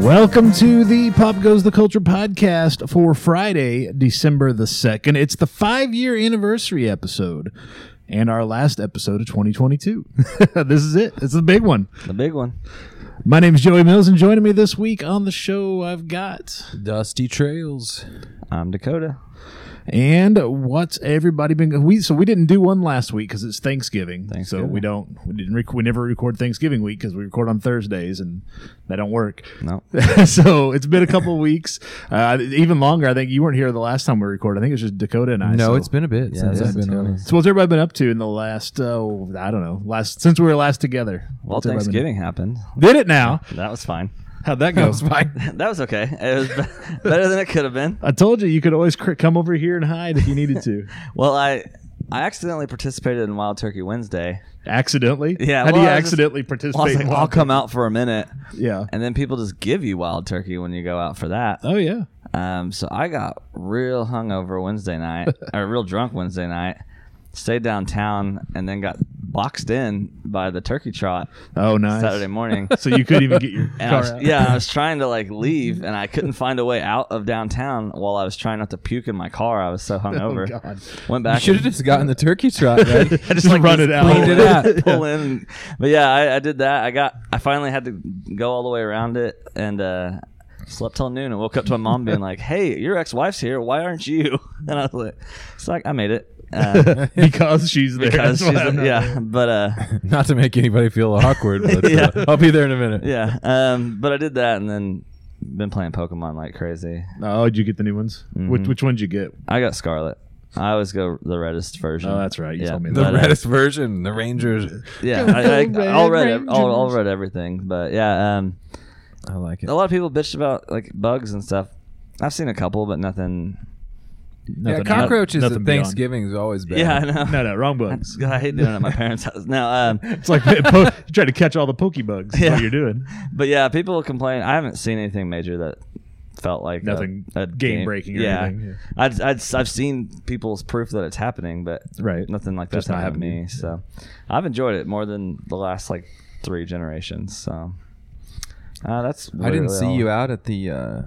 Welcome to the Pop Goes the Culture podcast for Friday, December the 2nd. It's the five year anniversary episode and our last episode of 2022. this is it. It's the big one. The big one. My name is Joey Mills, and joining me this week on the show, I've got. Dusty Trails. I'm Dakota. And what's everybody been. We So we didn't do one last week because it's Thanksgiving. So Thanksgiving. we don't. We, didn't rec- we never record Thanksgiving week because we record on Thursdays and that don't work. No. so it's been a couple of weeks, uh, even longer. I think you weren't here the last time we recorded. I think it was just Dakota and I. No, so. it's been a bit Yeah, since it I've is. been Totally. on. here. So what's everybody been up to in the last? Uh, I don't know. Last since we were last together. Well, What's everybody been- Thanksgiving happened. Did it now? That was fine. How'd that go? That was okay. It was be- better than it could have been. I told you you could always cr- come over here and hide if you needed to. Well, I I accidentally participated in Wild Turkey Wednesday. accidentally? Yeah, How well, do you I was just- accidentally Well, I was participate? like, in I'll wild- come out for a minute, Yeah. and then people just give you wild turkey when you go out for that. Oh yeah. Um, so I got real hungover Wednesday night, or real drunk Wednesday night. Stayed downtown and then got boxed in by the turkey trot Oh nice. Saturday morning. So you couldn't even get your And I car was, out. yeah, I was trying to like leave, and I couldn't find a way out of downtown while I was trying not to puke in my car. I was so hungover. Oh, God. Went You back. should have and just gotten the turkey trot, right? I just, run it out. cleaned it out. pull in. But yeah, I, I did that. I got. I finally had to go all the way around it, and uh, slept till noon, and woke up to my mom being like, "Hey, your ex-wife's here. Why aren't you?" And I was like, "It's like I made it." Uh, because she's there. because she's That's why I'm not yeah, there. but uh, Not to make anybody feel awkward, but Yeah. uh, I'll be there in a minute. yeah, um, but I did that, and then been playing Pokemon like crazy. Oh, did you get the new ones? Mm-hmm. Which which ones you get? I got Scarlet. I always go the reddest version. Oh, that's right. You yeah. told me The that. but, uh, reddest version, the Rangers. yeah, I, Go I, all Red read, ev- all, all Rangers. read everything. But yeah, um, I like it. a lot of people bitched about like bugs and stuff. I've seen a couple, but nothing. Yeah, Nothing- cockroaches nothing at beyond. Thanksgiving is always bad. Yeah, I know. No, no, wrong I, bugs. I hate doing it at my parents' house. No, um, It's like po- you try to catch all the pokebugs. That's Yeah. what you're doing. but yeah, people complain. I haven't seen anything major that felt like a- Nothing a, game-breaking or yeah, anything, yeah. I'd, I'd, I've seen people's proof that it's happening, but Right. nothing like Just that's not happened to me. happening. So I've enjoyed it more than the last like three generations. So uh, that's. I didn't literally see all. you out at the uh,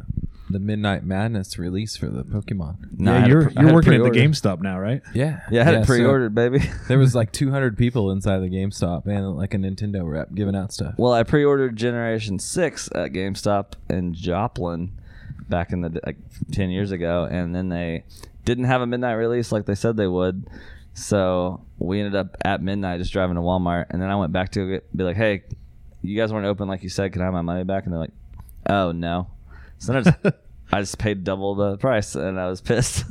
the Midnight Madness release for the Pokemon. No, I yeah, had a you're pre- I had you're a working at the pre-order. GameStop now, right? Yeah, Yeah, I had it so pre-ordered, baby. there was like 200 people inside the GameStop and like a Nintendo rep giving out stuff. well, I pre-ordered Generation Six at GameStop in Joplin back in the d- like ten years ago, and then they didn't have a midnight release like they said they would. So we ended up at midnight just driving to Walmart, and then I went back to it, be like, "Hey, you guys weren't open like you said. Can I have my money back?" And they're like, "Oh no." So then I just, I just paid double the price, and I was pissed.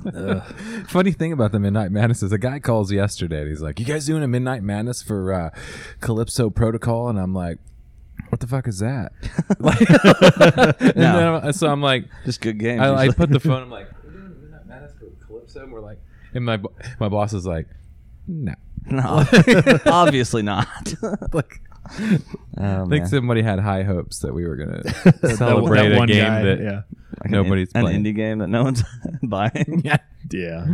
Funny thing about the Midnight Madness is a guy calls yesterday and he's like, You guys doing a Midnight Madness for uh, Calypso Protocol? And I'm like, What the fuck is that? Like- and No. then I- so I'm like, just good games. I, I usually. put the phone, I'm like, We're doing a Midnight Madness for Calypso? And we're like, And my, bo- my boss is like, No. no, obviously not. Like, Oh, I think man. somebody had high hopes that we were going to celebrate a one game guy, that yeah, Like an in- nobody's an, playing. indie game that no one's buying. yeah. yeah.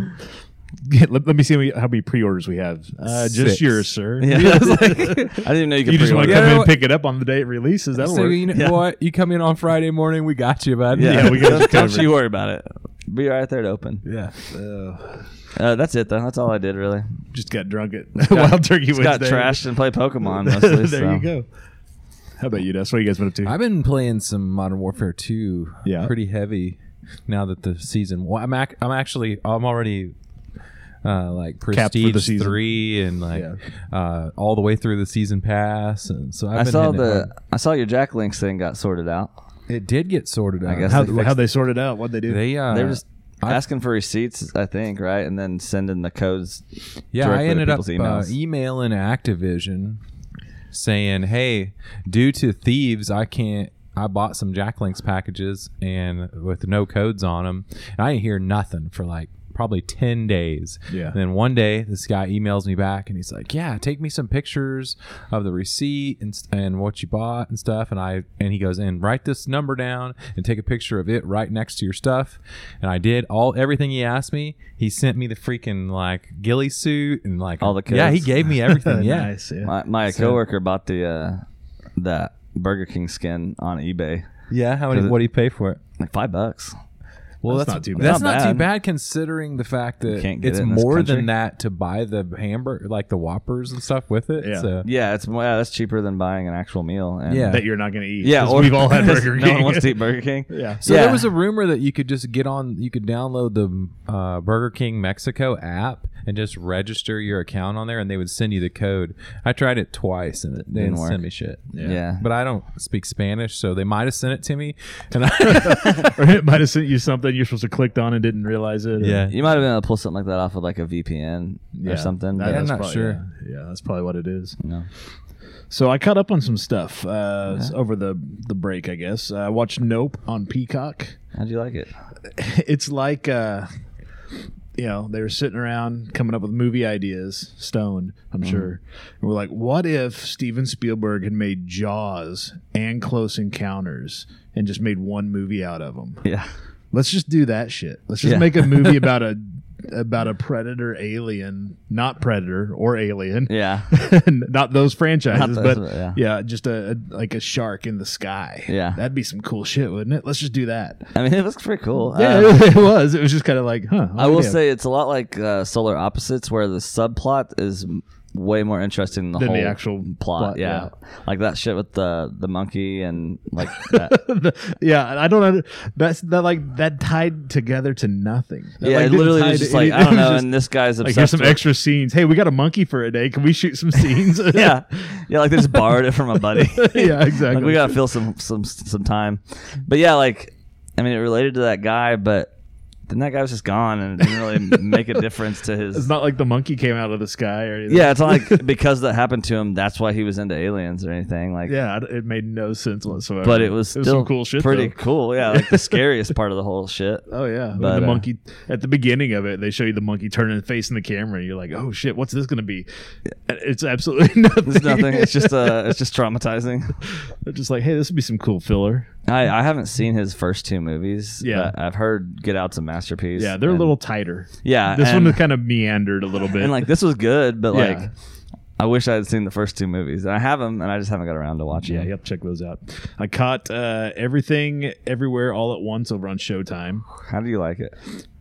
Get- let, let me see how many- how many pre-orders we have. Uh, just Six. yours, sir. Yeah, I, was like, I didn't even know you could. You just want to come pre-order. Yeah, in and what- pick it up on the day it releases. That'll So work. you know Yeah. what? You come in on Friday morning, we got you, bud. Yeah, we got you don't, don't covered. you worry about it. Be right there to open. yeah. Uh, Uh, that's it though. That's all I did really. just got drunk at Wild Turkey Just got Wednesday. trashed and played Pokemon there mostly. so. you go. How about you? That's what you guys been up to? I've been playing some Modern Warfare 2 Yeah. pretty heac now that the season. Well, I'm ac- I'm actually I'm already uh, like the Prestige season. 3 and like uh, all the way through the season pass and so I've I been saw hitting it the hard. I saw your Jack Links thing got sorted out. it, did get sorted out. guess How they how fixed- they sorted out? What would they do? they uh, They were just I- asking for receipts, I think, right, and then sending the codes. Yeah, directly I to ended up people's emails. uh, emailing Activision saying, "Hey, due to thieves, I can't. I bought some Jacklinks packages and with no codes on them, and I didn't hear nothing for like." Probably 10 days. Yeah. And then one day, this guy emails me back and he's like, Yeah, take me some pictures of the receipt and, st- and what you bought and stuff. And I, and he goes, And write this number down and take a picture of it right next to your stuff. And I did all, everything he asked me. He sent me the freaking like ghillie suit and like All the Yeah, he codes. gave me everything. yeah. nice. Yeah. My, my coworker bought the uh, that Burger King skin on eBay. Yeah, how many? Does it- What do you pay for it? Like five bucks. Well, That's that's, not too bad. That's Not not too bad. bad considering the fact that can't get it's it in this more country. than that to buy the hamburger, like the Whoppers and stuff with it. Yeah. So Yeah, it's yeah, that's cheaper than buying an actual meal. And Yeah. that you're not going to eat. yeah. 'cause or- we've all had Burger King. no one wants to eat Burger King. yeah. So Yeah. there was a rumor that you could just get on, you could download the uh, Burger King Mexico app and just register your account on there, and they would send you the code. I tried it twice, and it, they Didn't didn't work. send me shit. Yeah. But I don't speak Spanish, so they might have sent it to me. And I, or it might have sent you something you're supposed to clicked on and didn't realize it. or- yeah, You might have been able to pull something like that off of like a VPN Yeah. or something. That- but- I'm that's not probably- sure. Yeah. yeah, that's probably what it is. No. So I caught up on some stuff uh, s- over the the break, I guess. I watched Nope on Peacock. How'd you like it? It's like, uh, you know, they were sitting around coming up with movie ideas. Stone, I'm Mm-hmm. sure. And we're like, what if Steven Spielberg had made Jaws and Close Encounters and just made one movie out of them? Yeah. Let's just do that shit. Let's just Yeah. make a movie about a about a predator alien, not predator or alien. Yeah. not those franchises, Not but those, yeah. yeah. just a, a- like a shark in the sky. Yeah. that'd be some cool shit, wouldn't it? Let's just do that. I mean, it was pretty cool. Yeah, Um, it, was. It was just kind of like, huh? I will yeah. say it's a lot like uh, Solar Opposites, where the subplot is m- way more interesting than the Than the whole actual plot. plot, yeah. like that shit with the the monkey and like that. The- yeah, I don't know. That's that like that tied together to nothing. That, yeah, like, it didn't literally tie was to just any- like I don't it was know. just and this guy's like obsessed. here's some with- extra scenes. Hey, we got a monkey for a day. Can we shoot some scenes? yeah, yeah. Like they just borrowed it from a buddy. yeah, exactly. like we gotta fill some some some time. But yeah, like I mean, it related to that guy, but then that guy was just gone, and it didn't really make a difference to his. It's not like the monkey came out of the sky or anything. yeah, it's not like because that happened to him, that's why he was into aliens or anything. Like, yeah. I- It made no sense whatsoever. but it was it still was some cool shit. Pretty though. cool, yeah. Like the scariest part of the whole shit. Oh yeah, When But, the uh, monkey at the beginning of it, they show you the monkey turning and facing the camera. And you're like, oh shit, what's this gonna be? And It's absolutely nothing. It's nothing. It's just uh, it's just traumatizing. They're just like, hey, this would be some cool filler. I, I haven't seen his first two movies. Yeah. but I've heard Get Out's a masterpiece. Yeah, they're a and- little tighter. Yeah, this and- one kind of meandered a little bit. And like this was good, but Yeah. like I wish I had seen the first two movies. And I have them, and I just haven't got around to watching. yeah, you them. have to check those out. I caught uh, everything, everywhere, all at once over on Showtime. How do you like it?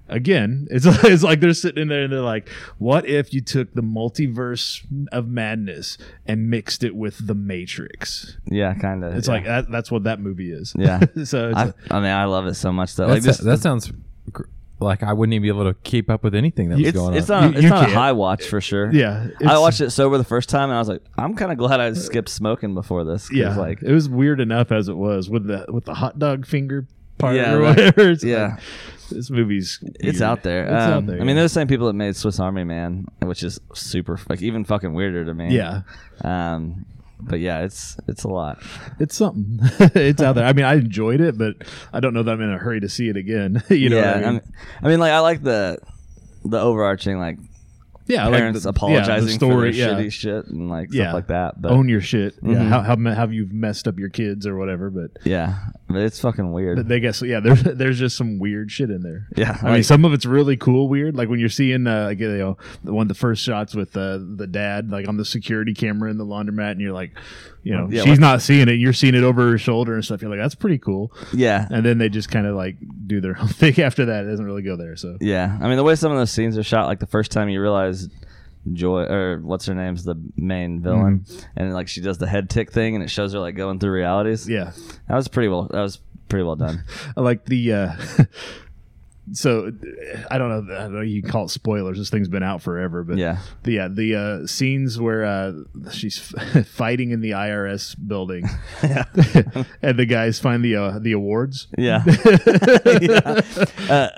again it's, it's like they're sitting in there and they're like what if you took the multiverse of madness and mixed it with the matrix Yeah, kind of. it's like that, that's what that movie is Yeah. so it's I, like- I mean, I love it so much though. That's- Like this, that sounds gr- like I wouldn't even be able to keep up with anything that was it's, going it's on. not, You- it's you not a can't. high watch for sure. yeah I it's- watched it sober the first time, and I was like, I'm kind of glad I skipped smoking before this. 'cause, yeah like it was weird enough as it was with the with the hot dog finger part Yeah, or that- whatever It's yeah. like, this movie's It's weird. out there. It's out Um, there, I mean, yeah. they're the same people that made Swiss Army Man, which is super, like even fucking weirder to me. yeah Um, but yeah, it's it's a lot. it's something it's out there i mean i enjoyed it but i don't know that i'm in a hurry to see it again you know yeah, what I mean? I mean, like I like the the overarching like yeah I like parents the- yeah, the apologizing story, for their yeah. shitty shit and like Yeah. stuff like that. But own your shit. Yeah, Mhm. how, how me- how you've messed up your kids or whatever. But yeah, but it's fucking but weird. they guess yeah. There's there's just some weird shit in there. yeah, I mean, some of it's really cool, weird. Like when you're seeing, uh, like, you know, the one of the first shots with uh, the dad, like on the security camera in the laundromat, and you're like, you know, Yeah, she's what- not seeing it. You're seeing it over her shoulder and stuff. You're like, that's pretty cool. yeah, And then they just kind of like do their own thing after that. It doesn't really go there. So yeah. I mean, the way some of those scenes are shot, like the first time you realize. Joy or what's her name's the main villain, Mm-hmm. and like she does the head tick thing, and it shows her like going through realities. yeah, That was pretty well. That was pretty well done. I like the. uh So I don't know. I don't know. You can call it spoilers. This thing's been out forever, but yeah. The, yeah, the uh, scenes where uh, she's f- fighting in the IRS building, Yeah. and the guys find the uh, the awards. Yeah. yeah. Uh,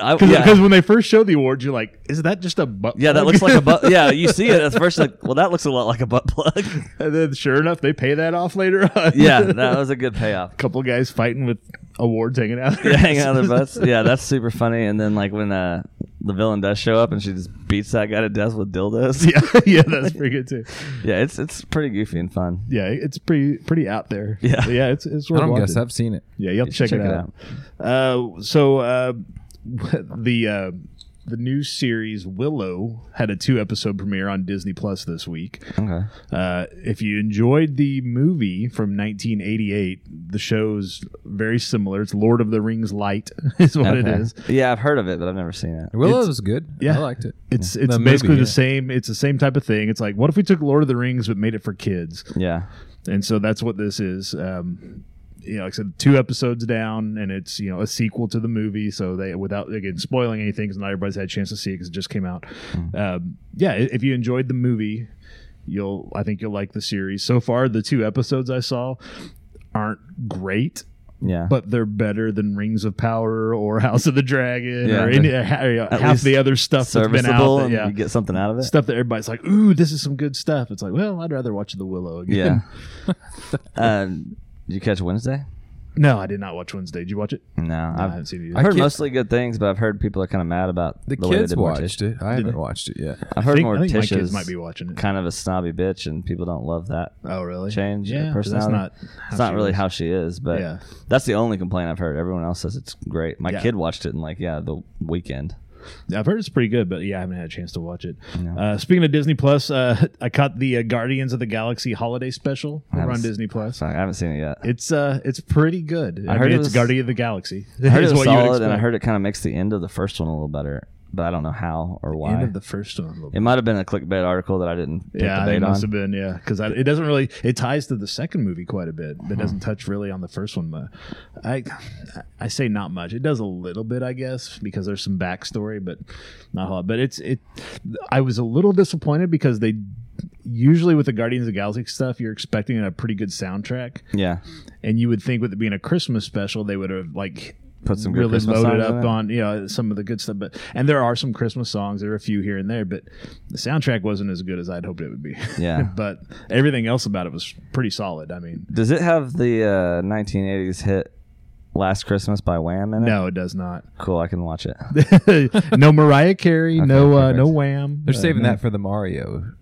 I, Because yeah. when they first show the awards, you're like, is that just a butt? Yeah, that plug?" looks like a butt. Yeah, you see it at first, like, well, that looks a lot like a butt plug. and then sure enough, they pay that off later on. Yeah, that was a good payoff. couple guys fighting with awards hanging out. Yeah, hanging out their butts. Yeah, that's super funny. And then, like, when uh, the villain does show up and she just beats that guy to death with dildos. yeah, yeah, that's pretty good too. Yeah, it's it's pretty goofy and fun. Yeah, it's pretty pretty out there. Yeah. yeah, it's it's I worth don't guess watching. I've seen it. Yeah, you have to You check, should it, out. Uh, so uh, the uh, the new series Willow had a two episode premiere on Disney Plus this week. Okay. Uh, if you enjoyed the movie from 1988, the show's very similar. It's Lord of the Rings light is what it Okay. is. Yeah, I've heard of it, but I've never seen it. Willow was good. yeah. I liked it. It's it's The movie, basically yeah. the same. It's the same type of thing. It's like what if we took Lord of the Rings but made it for kids? Yeah. and so that's what this is. Um, you know, like I said, two episodes down, and it's you know a sequel to the movie. So they, without again spoiling anything, because not everybody's had a chance to see it because it just came out. Hmm. Um, yeah, i- if you enjoyed the movie, you'll I think you'll like the series. So far, the two episodes I saw aren't great, Yeah. but they're better than Rings of Power or House of the Dragon Yeah. or any uh, ha- half least the other stuff that's been out. Serviceable, that- and yeah. you get something out of it. Stuff that everybody's like, ooh, this is some good stuff. It's like, well, I'd rather watch The Willow again. Yeah. um, did you catch Wednesday? No, I did not watch Wednesday. Did you watch it? No, I I've, haven't seen it. Either. I've heard kid- mostly good things, but I've heard people are kind of mad about The, the way they kids did Morticia. watched it. I haven't watched it yet. I've heard think- I think my Morticia's kids might be watching it. kind of a snobby bitch, and people don't love that Oh, really? change Yeah, yeah, 'cause that's personality. not how it's not she really is. how she is, but Yeah. that's the only complaint I've heard. Everyone else says it's great. My Yeah. kid watched it in like yeah the weekend. I've heard it's pretty good, but yeah, I haven't had a chance to watch it. No. Uh, speaking of Disney Plus, uh, I caught the uh, Guardians of the Galaxy holiday special over haven't on s- Disney Plus. So I haven't seen it yet. It's uh, it's pretty good. I, heard mean, it it's was- Guardian of the Galaxy. I heard is it was what you would solid, and I expect. heard it kind of makes the end of the first one a little better, but I don't know how or why. end of the first one. it might have been a clickbait article that I didn't take yeah, the it bait on. must have been yeah, because it doesn't really it ties to the second movie quite a bit, but Hmm. doesn't touch really on the first one. mu- I I say not much. It does a little bit, I guess, because there's some backstory, but not a lot. But it's it. I was a little disappointed because they usually with the Guardians of the Galaxy stuff, you're expecting a pretty good soundtrack, Yeah, and you would think with it being a Christmas special, they would have like put some good really Christmas loaded songs in up it. on you know some of the good stuff. But and there are some Christmas songs. There are a few here and there, but the soundtrack wasn't as good as I'd hoped it would be. Yeah. but everything else about it was pretty solid. I mean, Does it have the uh, 1980s hit "Last Christmas" by Wham in it? no, it does not. Cool, I can watch it. no Mariah Carey. no, uh, perfect. no Wham. They're uh, saving that uh, for the Mario.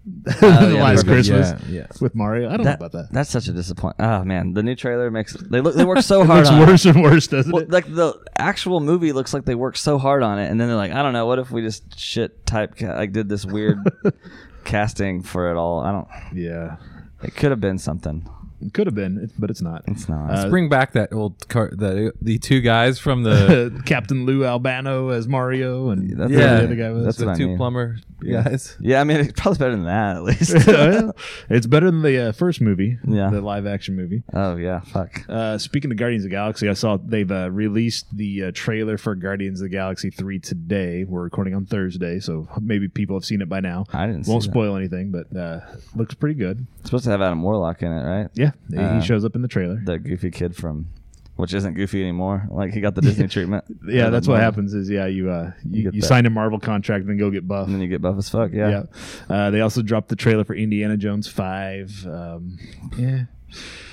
Oh, yeah, last perfect. Christmas Yeah, yeah. with Mario. I don't That- know about that. That's such a disappointment. Oh man, the new trailer makes they look they work so It hard looks on worse and worse, doesn't it. Well, it? like the actual movie looks like they worked so hard on it, and then they're like, I don't know, what if we just shit type ca- like did this weird casting for it all? I don't. Yeah, It could have been something. it could have been, but it's not. It's not. Uh, Bring back that old car, the the two guys from the Captain Lou Albano as Mario, and That's whoever what I- the other guy was. that's the what I two mean. plumber guys. yeah, I mean, it's probably better than that at least. Well, it's better than the uh, first movie, Yeah. the live action movie. oh yeah, fuck. Uh, speaking of Guardians of the Galaxy, I saw they've uh, released the uh, trailer for Guardians of the Galaxy 3 today. We're recording on Thursday, so maybe people have seen it by now. I didn't. Won't see that. spoil anything, but uh, looks pretty good. It's supposed to have Adam Warlock in it, right? Yeah, he- Uh, he shows up in the trailer. the goofy kid from which isn't goofy anymore like he got the disney treatment Yeah, And that's then what Marvel- happens is, yeah, you uh, you, get you that. sign a Marvel contract and then go get buff. and then you get buff as fuck yeah, Uh, they also dropped the trailer for Indiana Jones 5. Um, yeah.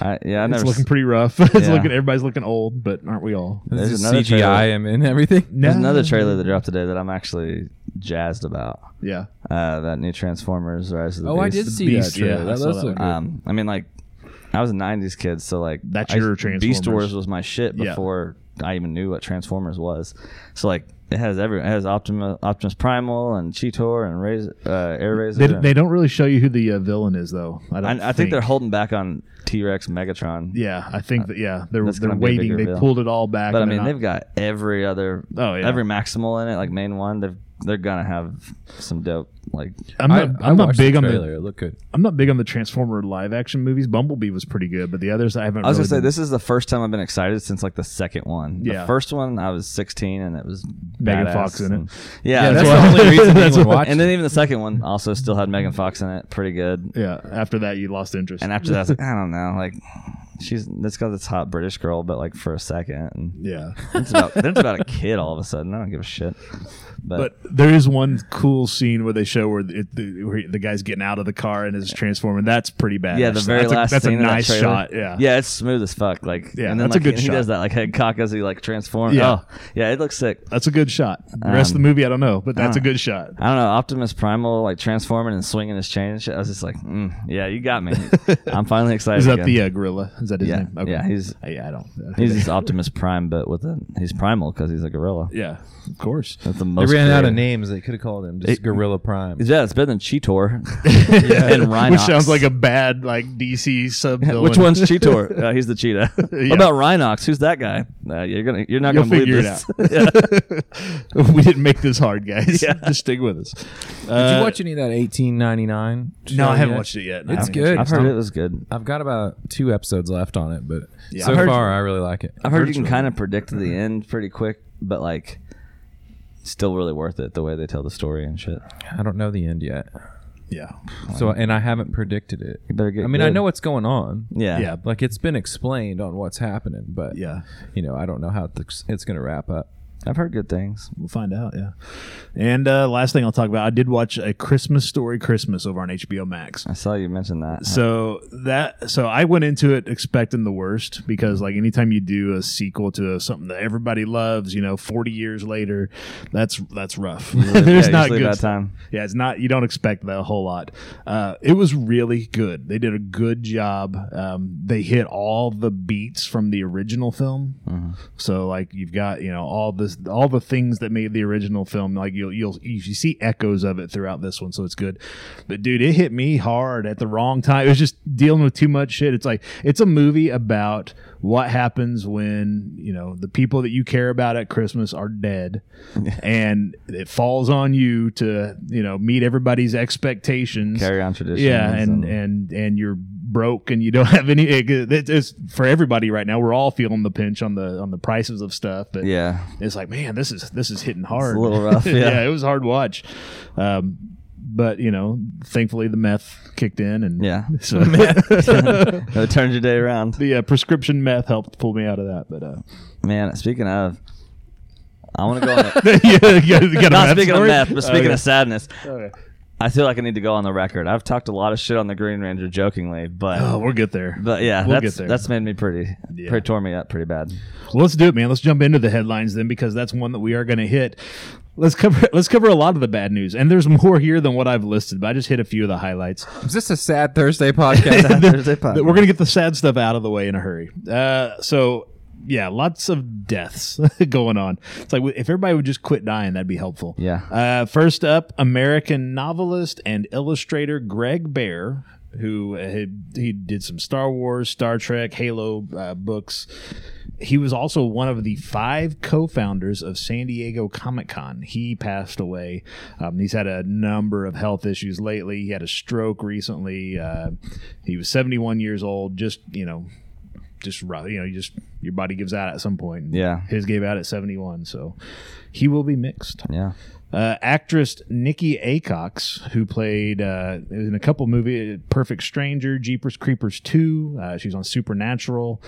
I, yeah i've It's never looking s- pretty rough. it's Yeah. looking everybody's looking old, but aren't we all? There's There's just another CGI trailer. and, and everything. there's another trailer that dropped today that i'm actually jazzed about Yeah. uh that new transformers rise of the Oh, I beast did see Beast, that trailer. yeah, I that saw does that look good. um i mean like i was a 90s kid so like That's I- your beast Transformers. wars was my shit Yeah. before i even knew what transformers was so like it has every it has optimus optimus primal and cheetor and razor uh air razor They, and- they don't really show you who the uh, villain is though. I don't. I, I think. they're holding back on T-Rex, Megatron. Yeah, I think that. Yeah, they're That's they're gonna be a waiting. bigger They villain. pulled it all back. But I and they're mean, not- they've got every other, Oh, yeah. every Maximal in it, like main one. They're they're gonna have some dope, like I'm I- not. I I, am not watched the big on trailer. the. It looked good. I'm not big on the Transformer live action movies. Bumblebee was pretty good, but the others I haven't. I was really gonna say been- this is the first time I've been excited since like the second one. Yeah. The first one I was 16 and it was Megan badass Fox in it. and- Yeah, Yeah, and that's then- why- the only reason That's anyone why- watched and it. then even the second one also still had Megan Fox in it, pretty good. Yeah. After that, you lost interest. And after that, I was like, I don't know, like she's that's got this hot British girl, but like for a second, and Yeah. it's about then it's about a kid all of a sudden. I don't give a shit. But there is one cool scene where they show where, it, the, where the guy's getting out of the car and is transforming. That's pretty bad. Yeah, the very that's last A, that's scene a of that nice trailer. shot. Yeah. yeah, it's smooth as fuck. Like, Yeah, and then that's a like, good he shot. does that like head cock as he like transforms. Yeah. Oh, yeah, it looks sick. That's a good shot. The rest Um, of the movie, I don't know, but that's a don't know. good shot. I don't know, Optimus Primal like transforming and swinging his chain and shit. I was just like, mm, yeah, you got me. I'm finally excited. Is that again. the uh, gorilla? Is Is that his Yeah, name? Uh, yeah, he's- I, I don't. He's just Optimus Prime, but with a he's primal because he's a gorilla. yeah, of course. That's the They most. ran out of creative- names. They could have called him just Gorilla Prime. Yeah, it's better than Cheetor and Rhinox. Which sounds like a bad like DC sub. Which one's Cheetor? Uh, he's the cheetah. Yeah. What about Rhinox? Who's that guy? Uh, you're gonna, you're not You'll gonna figure believe it this. out. we didn't make this hard, guys. Just stick with us. Did you Uh, watch any of that 1899? No, I haven't watched it yet. No, I It's haven't good. I've heard it was good. I've got about two episodes left on it, but Yeah. so I've heard- far I really like it. I've heard you can Virtually. kind of predict the end pretty quick, but like, still really worth it the way they tell the story and shit. I don't know the end yet. Yeah. So and I haven't predicted it. You better get. I mean, I good. know what's going on. Yeah. Yeah. Like it's been explained on what's happening, but Yeah. you know, I don't know how it's, it's going to wrap up. I've heard good things. We'll find out, yeah. And uh, last thing I'll talk about, I did watch a Christmas Story Christmas over on HBO Max. I saw you mention that. So that so I went into it expecting the worst because like anytime you do a sequel to something that everybody loves, you know, 40 years later, that's that's rough. There's yeah, not usually good about stuff. time. Yeah, it's not you don't expect that a whole lot. Uh, it was really good. They did a good job. Um, they hit all the beats from the original film. So like you've got you know all this all the things that made the original film. Like you'll you'll you see echoes of it throughout this one. So it's good. But dude, it hit me hard at the wrong time. It was just dealing with too much shit. It's like it's a movie about what happens when you know the people that you care about at Christmas are dead, and it falls on you to you know meet everybody's expectations. Carry on tradition. Yeah, and and and you're broke and you don't have any. It, it's for everybody right now. We're all feeling the pinch on the on the prices of stuff. But yeah. it's like, man, this is this is hitting hard. a little rough, yeah. it was a hard watch. Um, but you know, thankfully the meth kicked in, and Yeah. so It turns your day around. the uh, prescription meth helped pull me out of that. But uh, Man, speaking of, I want to go on a, yeah, you got, you got a Not meth speaking story? Oh, of meth, but speaking Okay. of sadness, Okay. I feel like I need to go on the record. I've talked a lot of shit on the Green Ranger jokingly, but Oh, we'll get there. but yeah, we'll get that's there. that's made me pretty, Yeah. pretty tore me up pretty bad. Well, let's do it, man. Let's jump into the headlines then, because that's one that we are going to hit. Let's cover let's cover a lot of the bad news, and there's more here than what I've listed. But I just hit a few of the highlights. Is this a sad Thursday podcast? Thursday That pod. We're going to get the sad stuff out of the way in a hurry. Uh, so yeah, lots of deaths going on. It's like if everybody would just quit dying, that'd be helpful. Yeah. Uh, first up, American novelist and illustrator Greg Bear, who had, he did some Star Wars, Star Trek, Halo uh, books. He was also one of the five co-founders of San Diego Comic Con. He passed away. Um, he's had a number of health issues lately. He had a stroke recently. Uh, he was 71 years old. Just you know, just rough. You know, you just your body gives out at some point. Yeah. his gave out at 71. So he will be mixed. Yeah, Uh, actress Nikki Acox, who played uh, in a couple movies, Perfect Stranger, Jeepers Creepers 2. Uh, she's on Supernatural.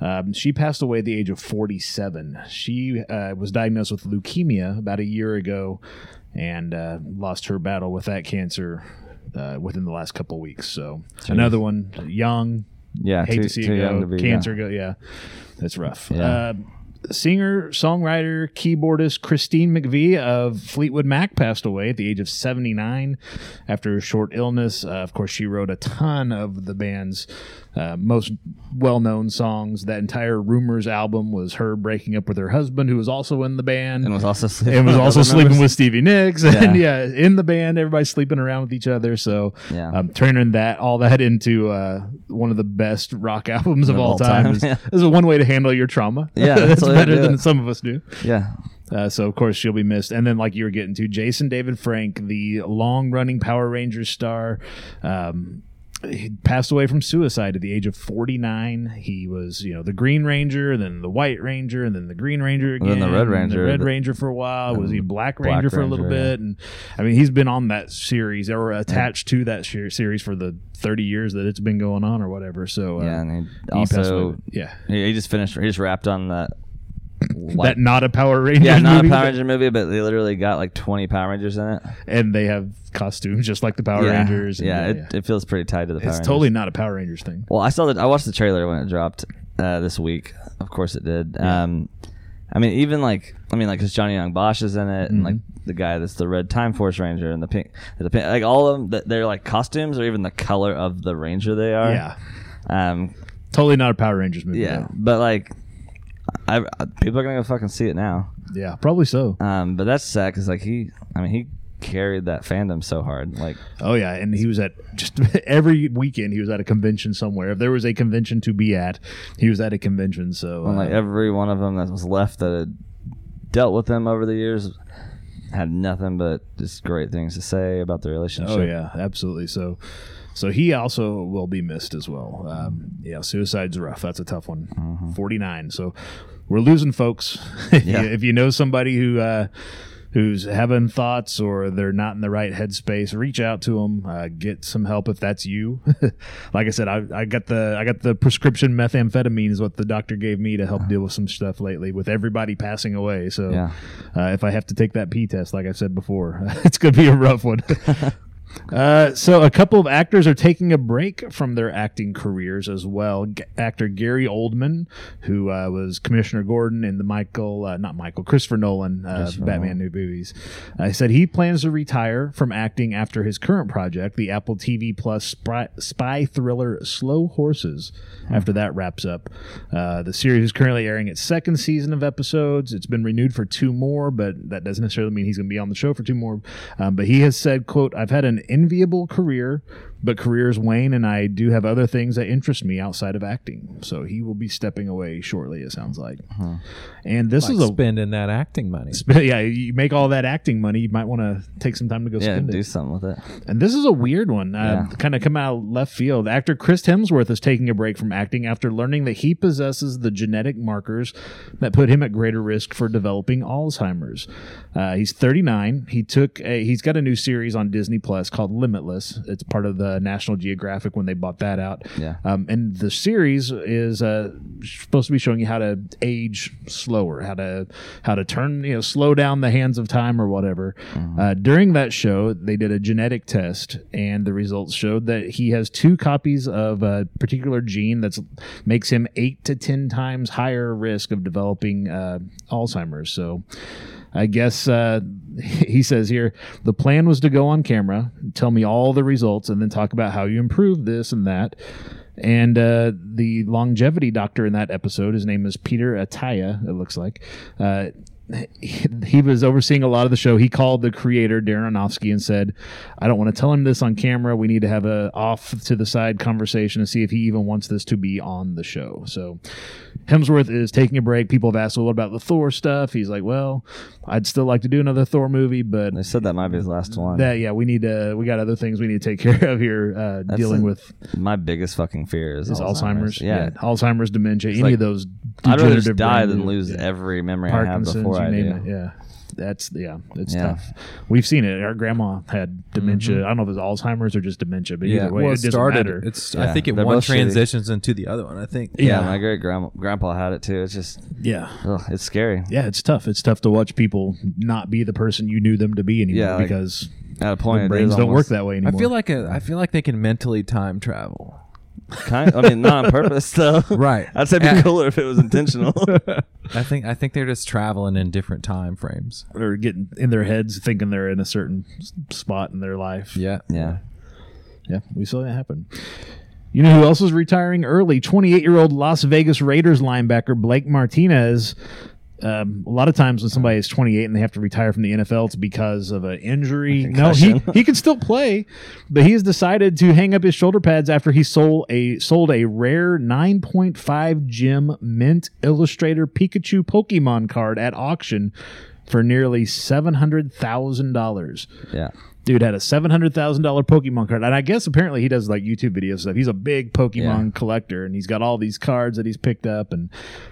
Um, she passed away at the age of 47. She uh, was diagnosed with leukemia about a year ago and uh, lost her battle with that cancer uh, within the last couple weeks. So another one, young, yeah. hate too, to see too it go. young to be, yeah. Cancer go. Yeah, that's rough. Yeah. Uh, singer, songwriter, keyboardist Christine McVie of Fleetwood Mac passed away at the age of 79 after a short illness. Uh, of course, she wrote a ton of the band's uh, most well-known songs. That entire Rumors album was her breaking up with her husband, who was also in the band. And was also sleeping. and was with also other sleeping members. with Stevie Nicks, and yeah, Yeah. in the band, everybody's sleeping around with each other. So, Yeah. um, turning that all that into uh, one of the best rock albums of, all, time, is, yeah. is one way to handle your trauma. Yeah, that's that's the way to better do than it. some of us do. Yeah, Uh, so of course she'll be missed. And then like you were getting to Jason David Frank, the long running Power Rangers star. Um, he passed away from suicide at the age of 49. He was, you know, the Green Ranger, then the White Ranger, and then the Green Ranger And again. then the Red Ranger. The Red Ranger for a while. Was he Black Black Ranger for a little Ranger, yeah. bit? And I mean, he's been on that series or attached to that ser- series for the 30 years that it's been going on or whatever. So, uh, yeah. And he he passed also away. yeah. he, he just finished. He just wrapped on that. that not a Power Ranger. yeah, not movie, a Power but- Ranger movie, but they literally got like 20 Power Rangers in it. and they have costumes just like the Power yeah. Rangers. and Yeah, it, it feels pretty tied to the Power it's Rangers. totally not a Power Rangers thing. Well, I saw that. I watched the trailer when it dropped uh, this week. Of course, it did. Um, I mean, even like, I mean, like, because Johnny Young Bosch is in it, and like Mm-hmm. the guy that's the Red Time Force Ranger and the pink, the pink like all of them, th- their like costumes or even the color of the Ranger they are. Yeah. Um, Totally not a Power Rangers movie. Yeah, though. but like, I, I- people are gonna go fucking see it now. Yeah, probably so. Um, but that's sad because like he, I mean, he carried that fandom so hard. Like, Oh yeah, and he was at just every weekend he was at a convention somewhere. If there was a convention to be at, he was at a convention. So when, uh, like every one of them that was left that had dealt with them over the years had nothing but just great things to say about the relationship. Oh yeah, absolutely. So, so he also will be missed as well. Um, yeah, suicide's rough. That's a tough one. Forty nine. So we're losing folks. If you- Mm-hmm. Yeah. if you know somebody who uh, who's having thoughts or they're not in the right headspace, reach out to them. Uh, get some help if that's you. like I said, I, I got the I got the prescription methamphetamine is what the doctor gave me to help deal with some stuff lately with everybody passing away. So Yeah. uh, if I have to take that P test, like I've said before, it's going to be a rough one. Uh, so a couple of actors are taking a break from their acting careers as well. G- actor Gary Oldman, who uh, was Commissioner Gordon in the Michael, uh, not Michael, Christopher Nolan uh, Christopher Batman new movies, uh, said he plans to retire from acting after his current project, the Apple TV Plus spy, spy thriller Slow Horses. After that wraps up, uh, the series is currently airing its second season of episodes. It's been renewed for two more, but that doesn't necessarily mean he's going to be on the show for two more. Um, but he has said, "quote I've had an enviable career, but careers wane, and I do have other things that interest me outside of acting." So he will be stepping away shortly. It sounds like, Uh-huh. and this Like is a spending that acting money. Sp- yeah, you make all that acting money. You might want to take some time to go Yeah, spend do it. something with it. And this is a weird one, uh, Yeah. kind of come out of left field. Actor Chris Hemsworth is taking a break from acting after learning that he possesses the genetic markers that put him at greater risk for developing Alzheimer's. Uh, he's 39. He took a, he's got a new series on Disney Plus called Limitless. It's part of the National Geographic when they bought that out. Yeah. Um, and the series is uh, supposed to be showing you how to age slower, how to how to turn you know slow down the hands of time or whatever. Uh, during that show, they did a genetic test, and the results showed that he has two copies of a particular gene that makes him eight to ten times higher risk of developing uh, Alzheimer's. So. I guess uh, he says here the plan was to go on camera, tell me all the results, and then talk about how you improved this and that. And uh, the longevity doctor in that episode, his name is Peter Ataya, it looks like. Uh, he, he was overseeing a lot of the show. He called the creator Darren Onofsky and said, "I don't want to tell him this on camera. We need to have a off to the side conversation and see if he even wants this to be on the show." So Hemsworth is taking a break. People have asked, well, what about the Thor stuff? He's like, well, I'd still like to do another Thor movie, but They said that might be his last one. that, yeah, we need to, we got other things we need to take care of here, uh, dealing the- with My biggest fucking fear is is Alzheimer's. Alzheimer's. Yeah. Alzheimer's, dementia, any like, of those. I'd rather degenerative just die brain than disease- lose yeah. every memory I have Parkinson's, before you I name do. it. Yeah. That's, yeah, it's Yeah. Mm-hmm. tough. We've seen it. Our grandma had dementia. I don't know if it was Alzheimer's or just dementia, but either way, well, it it doesn't started. matter. It's Yeah, I think it they're one both shitty. transitions into the other one. I think. Yeah. Yeah, my great grandma, grandpa had it too. It's just, yeah. ugh, it's scary. Yeah, it's tough. It's tough to watch people not be the person you knew them to be anymore Yeah, like, because At a point, their it brains is don't work almost- that way I anymore. feel like a, I feel like they can mentally time travel. Kind, I mean, not on purpose though. Right. I'd say it'd be cooler if it was intentional. I think I think they're just traveling in different time frames. they're getting in their heads thinking they're in a certain s- spot in their life. Yeah. yeah. Yeah, we saw that happen. You know who else is retiring early? 28 year old Las Vegas Raiders linebacker Blake Martinez. Um, a lot of times when somebody is 28 and they have to retire from the NFL, it's because of an injury. No, he, concussion. he can still play, but he has decided to hang up his shoulder pads after he sold a sold a rare 9.5 gem mint illustrator Pikachu Pokemon card at auction for nearly seven hundred thousand dollars Yeah. dude had a seven hundred thousand dollar Pokemon card, and I guess apparently he does like YouTube video stuff. He's a big Pokemon Yeah. collector, and he's got all these cards that he's picked up, and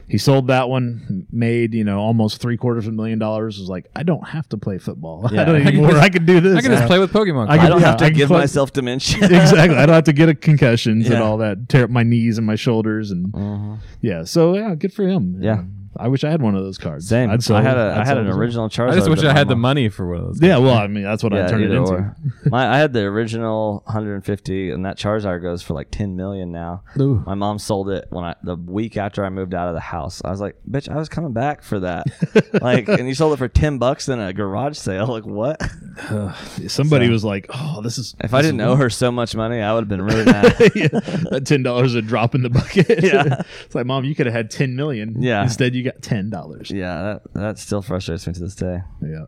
he sold that one, made you know almost three quarters of a million dollars. Was like, I don't have to play football. I Yeah. don't I can anymore. I can do this. I can just now. play with Pokemon. I I can- don't yeah, have to I can give plug- myself dementia. exactly. I don't have to get a concussions and Yeah. all that. Tear up my knees and my shoulders, and Mhm. yeah. So yeah, good for him. Yeah. I wish I had one of those cards. Same. i I'd sell- had a I'd I had sell an those. original Charizard. I just wish that I had the bought. money for one of those. Yeah, well, I mean, that's what I turned it either into. or. My, I had the original 150, and that Charizard goes for like 10 million now. Ooh. My mom sold it when I the week after I moved out of the house. I was like, "Bitch, I was coming back for that." like, and you sold it for 10 bucks in a garage sale. Like, what? Somebody was like, "Oh, this is." If I this is didn't owe her so much money, I would have been really mad. yeah, that ten dollars a drop in the bucket. Yeah. it's like, mom, you could have had ten million. Yeah. instead you got ten dollars. yeah, that that still frustrates me to this day. Yeah,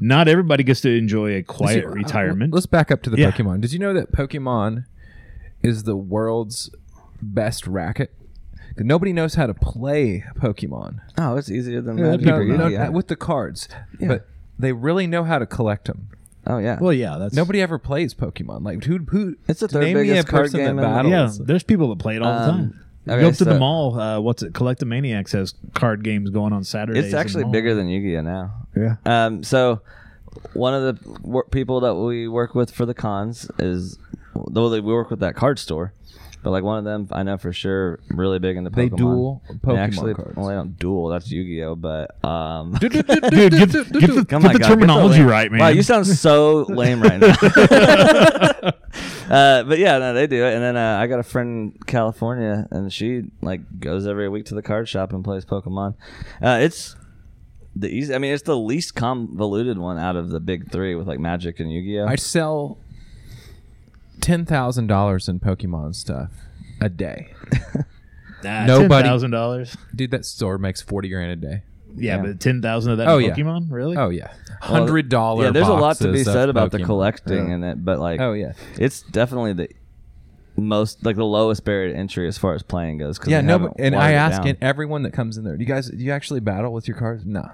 not everybody gets to enjoy a quiet So, uh, retirement. Let's back up to the Yeah. Pokemon. Did you know that Pokemon is the world's best racket? Nobody knows how to play Pokemon. Oh, it's easier than that'd Magic be No, pretty Arena, no, good, yeah. With the cards, but they really know how to collect them. Oh yeah. well, yeah, that's Nobody ever plays Pokemon. Like who? Who? It's the third name me biggest a card person game in that the- Yeah, battles. there's people that play it all the Um, time. You okay, go up to the so- mall. Uh, what's it? Collectomaniacs has card games going on Saturdays. in it's the actually mall. bigger than Yu-Gi-Oh now. Yeah. Um, so one of the wor- people that we work with for the cons is well, they- we work with that card store, but like one of them I know for sure really big into Pokemon. They duel They Pokemon actually, cards. Well, they don't duel. That's Yu-Gi-Oh. But um, Dude, get, get the, get the Come on, Oh God, get terminology lame- right, man. Wow, you sound so lame right now. uh, but yeah, no, they do it. And then uh, I got a friend in California, and she like goes every week to the card shop and plays Pokemon. Uh, it's the easy. I mean, it's the least convoluted one out of the big three with like Magic and Yu Gi Oh. I sell ten thousand dollars in Pokemon stuff a day. nah, nobody- ten thousand dollars. Dude, that store makes forty grand a day. Yeah, Yeah. but ten thousand of that Oh, in yeah. Pokemon, really? Oh yeah, hundred dollar. Yeah, there's a lot to be said about the collecting in it, but like, Oh yeah, it's definitely the most like the lowest barrier to entry as far as playing goes. 'cause yeah. they No, haven't and watered I it ask down. in everyone that comes in there, do you guys do you actually battle with your cards? No.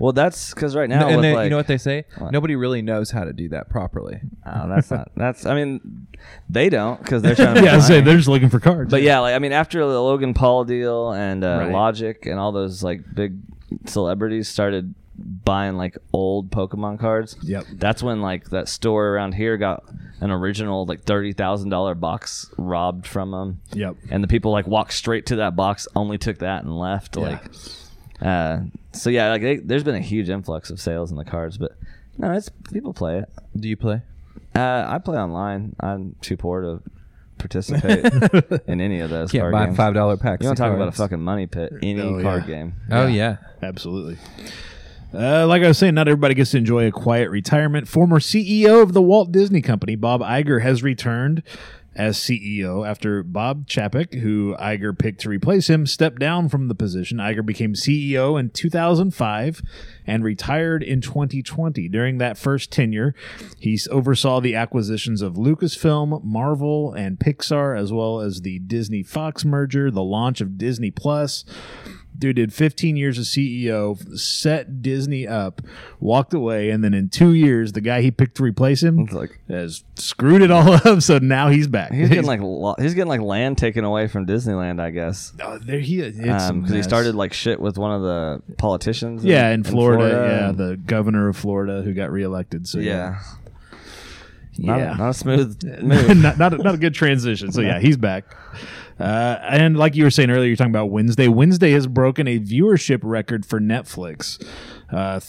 Well, that's because right now, and with, they, like, you know what they say? What? Nobody really knows how to do that properly. Oh, that's not. That's. I mean, they don't because they're trying to. yeah, I say say they're just looking for cards. But yeah, like I mean, after the Logan Paul deal and uh, Right. Logic and all those like big celebrities started buying like old Pokemon cards. Yep. That's when like that store around here got an original like thirty thousand dollar box robbed from them. Yep. And the people like walked straight to that box, only took that and left. Like, uh, so yeah, like they, there's been a huge influx of sales in the cards, but no, it's people play it. Do you play? Uh, I play online. I'm too poor to participate in any of those Can't card buy games. five dollar packs. You want of to talk about a cards. fucking money pit? Any Oh, card yeah. game. Oh yeah. Absolutely. Uh, like I was saying, not everybody gets to enjoy a quiet retirement. Former CEO of the Walt Disney Company, Bob Iger, has returned as CEO after Bob Chapek, who Iger picked to replace him, stepped down from the position. Iger became CEO in 2005 and retired in 2020. During that first tenure, he s- oversaw the acquisitions of Lucasfilm, Marvel, and Pixar, as well as the Disney Fox merger, the launch of Disney Plus. Dude did 15 years as CEO, set Disney up, walked away, and then in two years, the guy he picked to replace him It's like has screwed it all up. So now he's back. he's getting like lo- he's getting like land taken away from Disneyland, I guess, oh, there he is. It's a because um, he mess. started like shit with one of the politicians. yeah, in Florida, yeah, and- the governor of Florida who got reelected. So yeah. Not, yeah, not a smooth move. not, not, a, not a good transition. So yeah, he's back. Uh, and like you were saying earlier, you're talking about Wednesday. Wednesday has broken a viewership record for Netflix. Uh,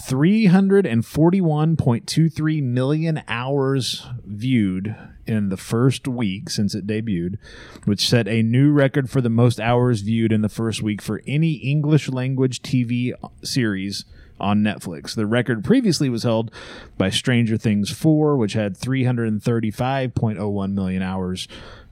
341.23 million hours viewed in the first week since it debuted, which set a new record for the most hours viewed in the first week for any English language TV series on Netflix. The record previously was held by Stranger Things 4, which had 335.01 million hours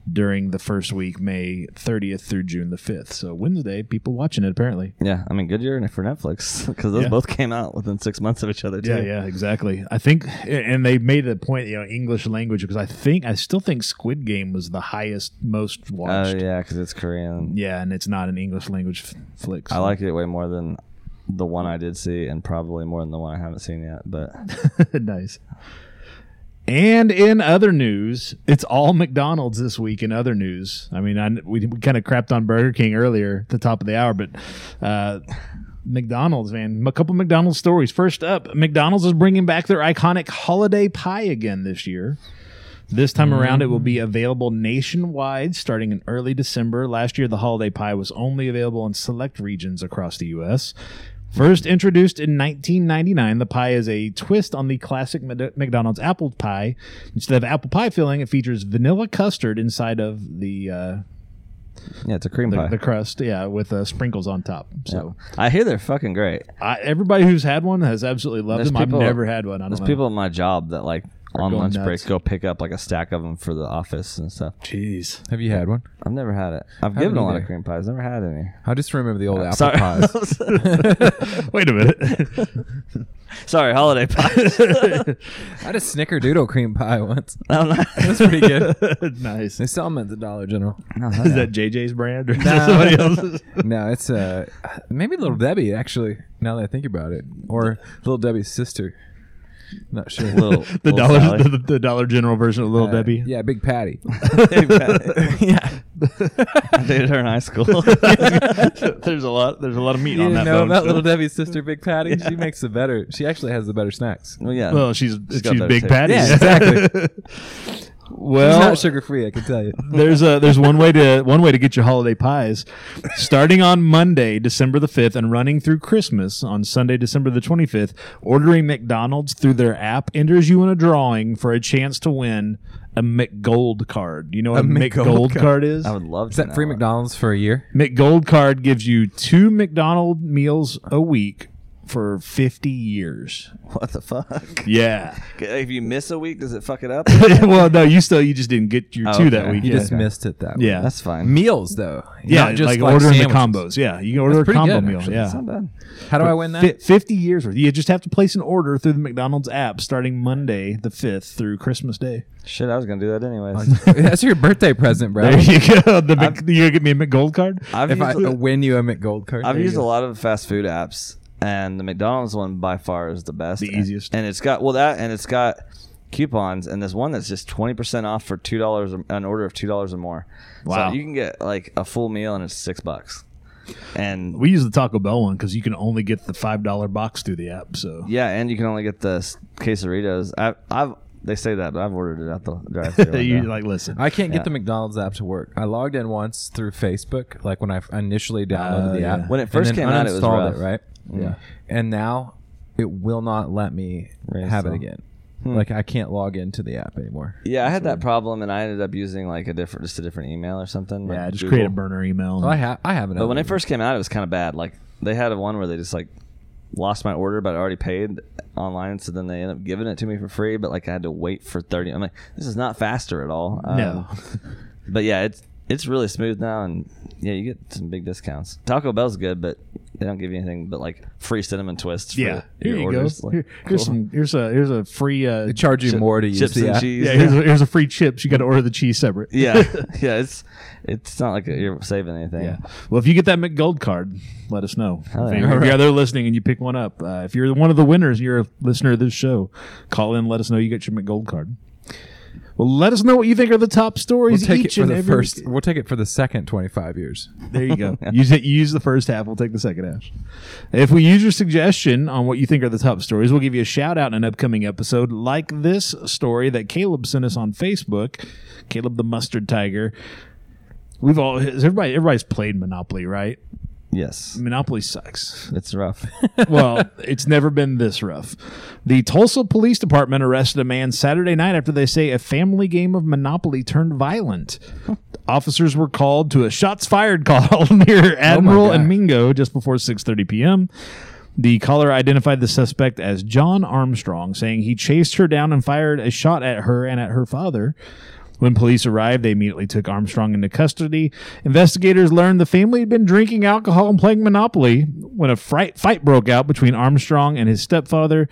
during the first week, May 30th through June the 5th. So Wednesday, people watching it apparently. yeah, I mean, good year for Netflix because those Yeah. both came out within six months of each other. Too. Yeah, yeah, exactly. I think, and they made the point, you know, English language, because I think, I still think Squid Game was the highest, most Oh watched. yeah, because it's Korean. Yeah, and it's not an English language f- flick. I so- like it way more than the one I did see, and probably more than the one I haven't seen yet. But nice. And in other news, it's all McDonald's this week. In other news, I mean, I, we, we kind of crapped on Burger King earlier at the top of the hour, but uh, McDonald's, man, a couple McDonald's stories. First up, McDonald's is bringing back their iconic holiday pie again this year. This time around, it will Mm. be available nationwide starting in early December. Last year, the holiday pie was only available in select regions across the U.S. First introduced in 1999, the pie is a twist on the classic Mc- McDonald's apple pie. Instead of apple pie filling, it features vanilla custard inside of the uh, Yeah, it's a cream the, pie. the crust, yeah, with uh, sprinkles on top. So I hear they're fucking great. I, everybody who's had one has absolutely loved There's them. people- I've never had one. I don't There's know. people at my job that like on going lunch nuts. breaks go pick up like a stack of them for the office and stuff. Jeez. Have you had one? I've never had it. I've given a lot of either. cream pies. Never had any. I just remember the old apple Uh, Sorry. pies. Wait a minute. Sorry, holiday pies. I had a snickerdoodle cream pie once. I'm not- That's pretty good. nice. They sell them at the Dollar General. Is that JJ's brand or is that somebody else's? No, it's uh, maybe Little Debbie actually. Now that I think about it, or Little Debbie's sister. Not sure. Little- The little dollar, Sally. the, the Dollar General version of Little Uh, Debbie. Yeah, Big Patty. yeah. I dated her in high school. there's a lot. There's a lot of meat You on that. didn't know bone, about so- Little Debbie's sister, Big Patty? She makes the better. She actually has the better snacks. well, yeah. Well, she's she's, She's got better Big taste. Patty. Yeah, exactly. It's well, not sugar free, I can tell you. there's a there's one way to one way to get your holiday pies starting on monday december the 5th and running through christmas on sunday december the 25th ordering mcdonald's through their app enters you in a drawing for a chance to win a mcgold card you know what a mcgold, McGold card, card. is I would love Is to that know free it. McDonald's for a year? mcgold card gives you two mcdonald meals a week for 50 years What the fuck? yeah If you miss a week, does it fuck it up? well no you still you just didn't get your Oh, two that okay. week You yeah. just missed it, though. yeah That's fine. Meals, though. yeah, Not just like, ordering the combos. sandwiches. Yeah, you can order a pretty combo good, meal. actually. Yeah, It's not bad. How do I win that? Fi 50 years worth. You just have to place an order through the McDonald's app starting Monday the 5th through Christmas Day. Shit, I was gonna do that anyways. That's your birthday present, bro. There you go. The Mc, you're going to give me a McGold card? I've if I used, a- win you a McGold card, I've there you used a go. lot of fast food apps, and the McDonald's one by far is the best, The easiest. And it's got well that, and it's got coupons, and there's one that's just twenty percent off for two dollars an order of two dollars or more. Wow. so you can get like a full meal, and it's six bucks. And We use the Taco Bell one because you can only get the $5 box through the app. So yeah, and you can only get the s- quesadillas. I've, I've they say that, but I've ordered it at the drive-through. you window. like, listen. I can't Yeah. get the McDonald's app to work. I logged in once through Facebook, like when I f- initially downloaded Oh, the yeah. app. When it and first then came out, it was uninstalled rough. Mm. it, right? Yeah. And now it will not let me Really Hmm. have so. it again. Like I can't log into the app anymore. yeah, I had that problem, and I ended up using like a different, just a different email or something. yeah, like just Google. create a burner email. Well, Oh, I have. I haven't. But when it first came out, it was kind of bad. Like they had a one where they just like lost my order, but I already paid online. So then they ended up giving it to me for free. But like I had to wait for thirty. I'm like, this is not faster at all. Um, no. But yeah, it's it's really smooth now, and yeah, you get some big discounts. Taco Bell's good, but they don't give you anything but like free cinnamon twists. For yeah. Here your you orders. go. Like, Here- here's cool. some. Here's a here's a free. Uh, they charge you Chip- more to use chips the and app. cheese. yeah, here's a, here's a free chips. You got to order the cheese separate. yeah, yeah. It's it's not like you're saving anything. Yeah. Well, if you get that McGold card, let us know. Hell If yeah. you're- if you're out there listening and you pick one up, uh, if you're one of the winners, you're a listener of this show, call in, let us know you got your McGold card. Well, let us know what you think are the top We'll stories take it each for and the every. first. We'll take it for the second twenty-five years. There you go. use it. Use the first half. We'll take the second half. If we use your suggestion on what you think are the top stories, we'll give you a shout out in an upcoming episode, like this story that Caleb sent us on Facebook. Caleb the Mustard Tiger. We've all has everybody everybody's played Monopoly, right? Yes, Monopoly sucks. it's rough. well, it's never been this rough. The Tulsa Police Department arrested a man Saturday night after they say a family game of Monopoly turned violent. Officers were called to a shots fired call near Admiral and God. Mingo just before 6:30 p.m. The caller identified the suspect as John Armstrong, saying he chased her down and fired a shot at her and at her father. When police arrived, they immediately took Armstrong into custody. Investigators learned the family had been drinking alcohol and playing Monopoly when a fright, fight broke out between Armstrong and his stepfather.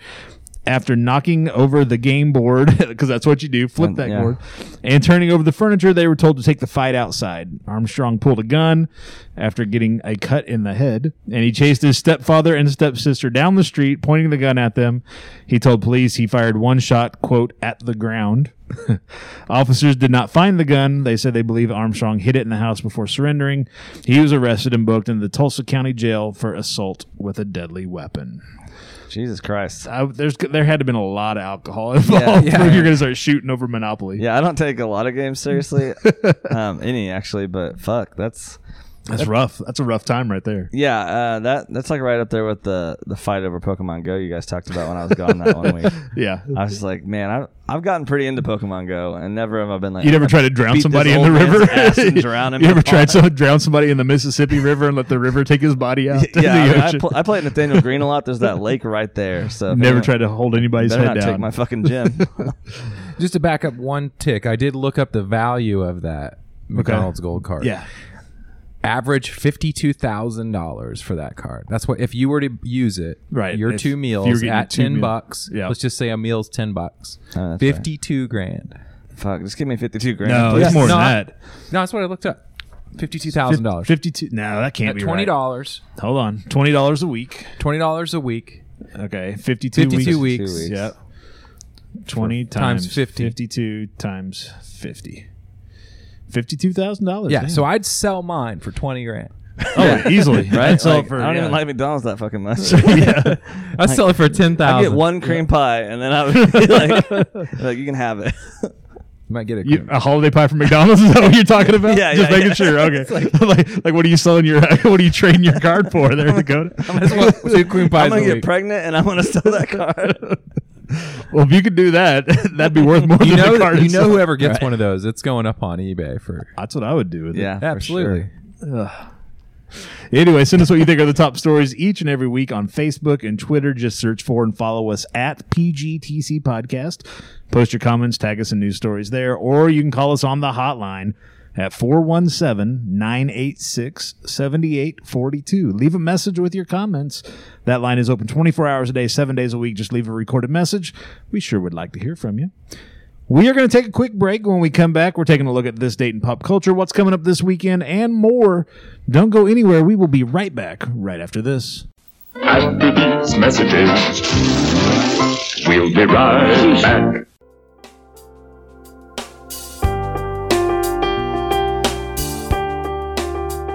After knocking over the game board, because that's what you do, flip And- that yeah. board, and turning over the furniture, they were told to take the fight outside. Armstrong pulled a gun after getting a cut in the head, and he chased his stepfather and stepsister down the street, pointing the gun at them. He told police he fired one shot, quote, at the ground. Officers did not find the gun. They said they believe Armstrong hid it in the house before surrendering. He was arrested and booked in the Tulsa County Jail for assault with a deadly weapon. Jesus Christ. I, there's there had to have been a lot of alcohol involved yeah. if you're gonna start shooting over Monopoly. Yeah, I don't take a lot of games seriously, um, any actually, but fuck, that's That's rough. That's a rough time right there. yeah, uh, that that's like right up there with the the fight over Pokemon Go you guys talked about when I was gone that one week. Yeah. I was just like, man, I've I've gotten pretty into Pokemon Go, and never have I been like, You never try to drown beat somebody this in the old man's river. ass and drown him you in ever a tried pond? to drown somebody in the Mississippi River and let the river take his body out? to yeah, I, the mean, I, ocean? pl- I play at Nathaniel Green a lot. There's that lake right there, so if never anyone- tried to hold anybody's Better not head take down. my fucking gym. Just to back up one tick, I did look up the value of that McDonald's gold card. yeah. Average $52,000 for that card. That's what, if you were to use it, Right, your if- if two you were meals getting at two 10 meal- bucks. Yeah. Let's just say a meal's 10 bucks. Oh, that's 52 grand. Fuck, just give me 52 grand. No, please. it's more No, than I- that. No, that's what I looked up. $52,000. Fifty-two. No, that can't At be $20, right. Hold on. Twenty dollars a week. $20 a week, Okay. Fifty-two. 52 weeks. weeks, Two weeks. Yeah. Twenty times, Times 50. Fifty-two times fifty. Fifty-two thousand Oh, dollars. Yeah, so I'd sell mine for 20 grand. oh, easily, Right? I'd sell it Like, for- I don't yeah. even like McDonald's that fucking much. yeah. I'd sell it for 10,000. I get one cream pie, and then I would be like, like, you can have it. You might get a You, cream. a holiday pie from McDonald's is that what you're talking about? Yeah, just yeah, making yeah. sure. Okay, like, like, what are you selling your? What are you trading your card for there, Dakota? That's what- two cream I'm pies a gonna get week. pregnant, and I'm gonna sell that card. Well, if you could do that, that'd be worth more you than know, the card. you know, itself. whoever gets one of those, it's going up on eBay for That's what I would do with yeah, it. for absolutely. sure. Anyway, send us what you think are the top stories each and every week on Facebook and Twitter. Just search for and follow us at PGTC Podcast. Post your comments, tag us in news stories there, or you can call us on the hotline at 417 986 7842. Leave a message with your comments. That line is open 24 hours a day, seven days a week. Just leave a recorded message. We sure would like to hear from you. We are going to take a quick break. When we come back, we're taking a look at this date in pop culture, what's coming up this weekend, and more. Don't go anywhere. We will be right back right after this. After these messages, we'll be right back.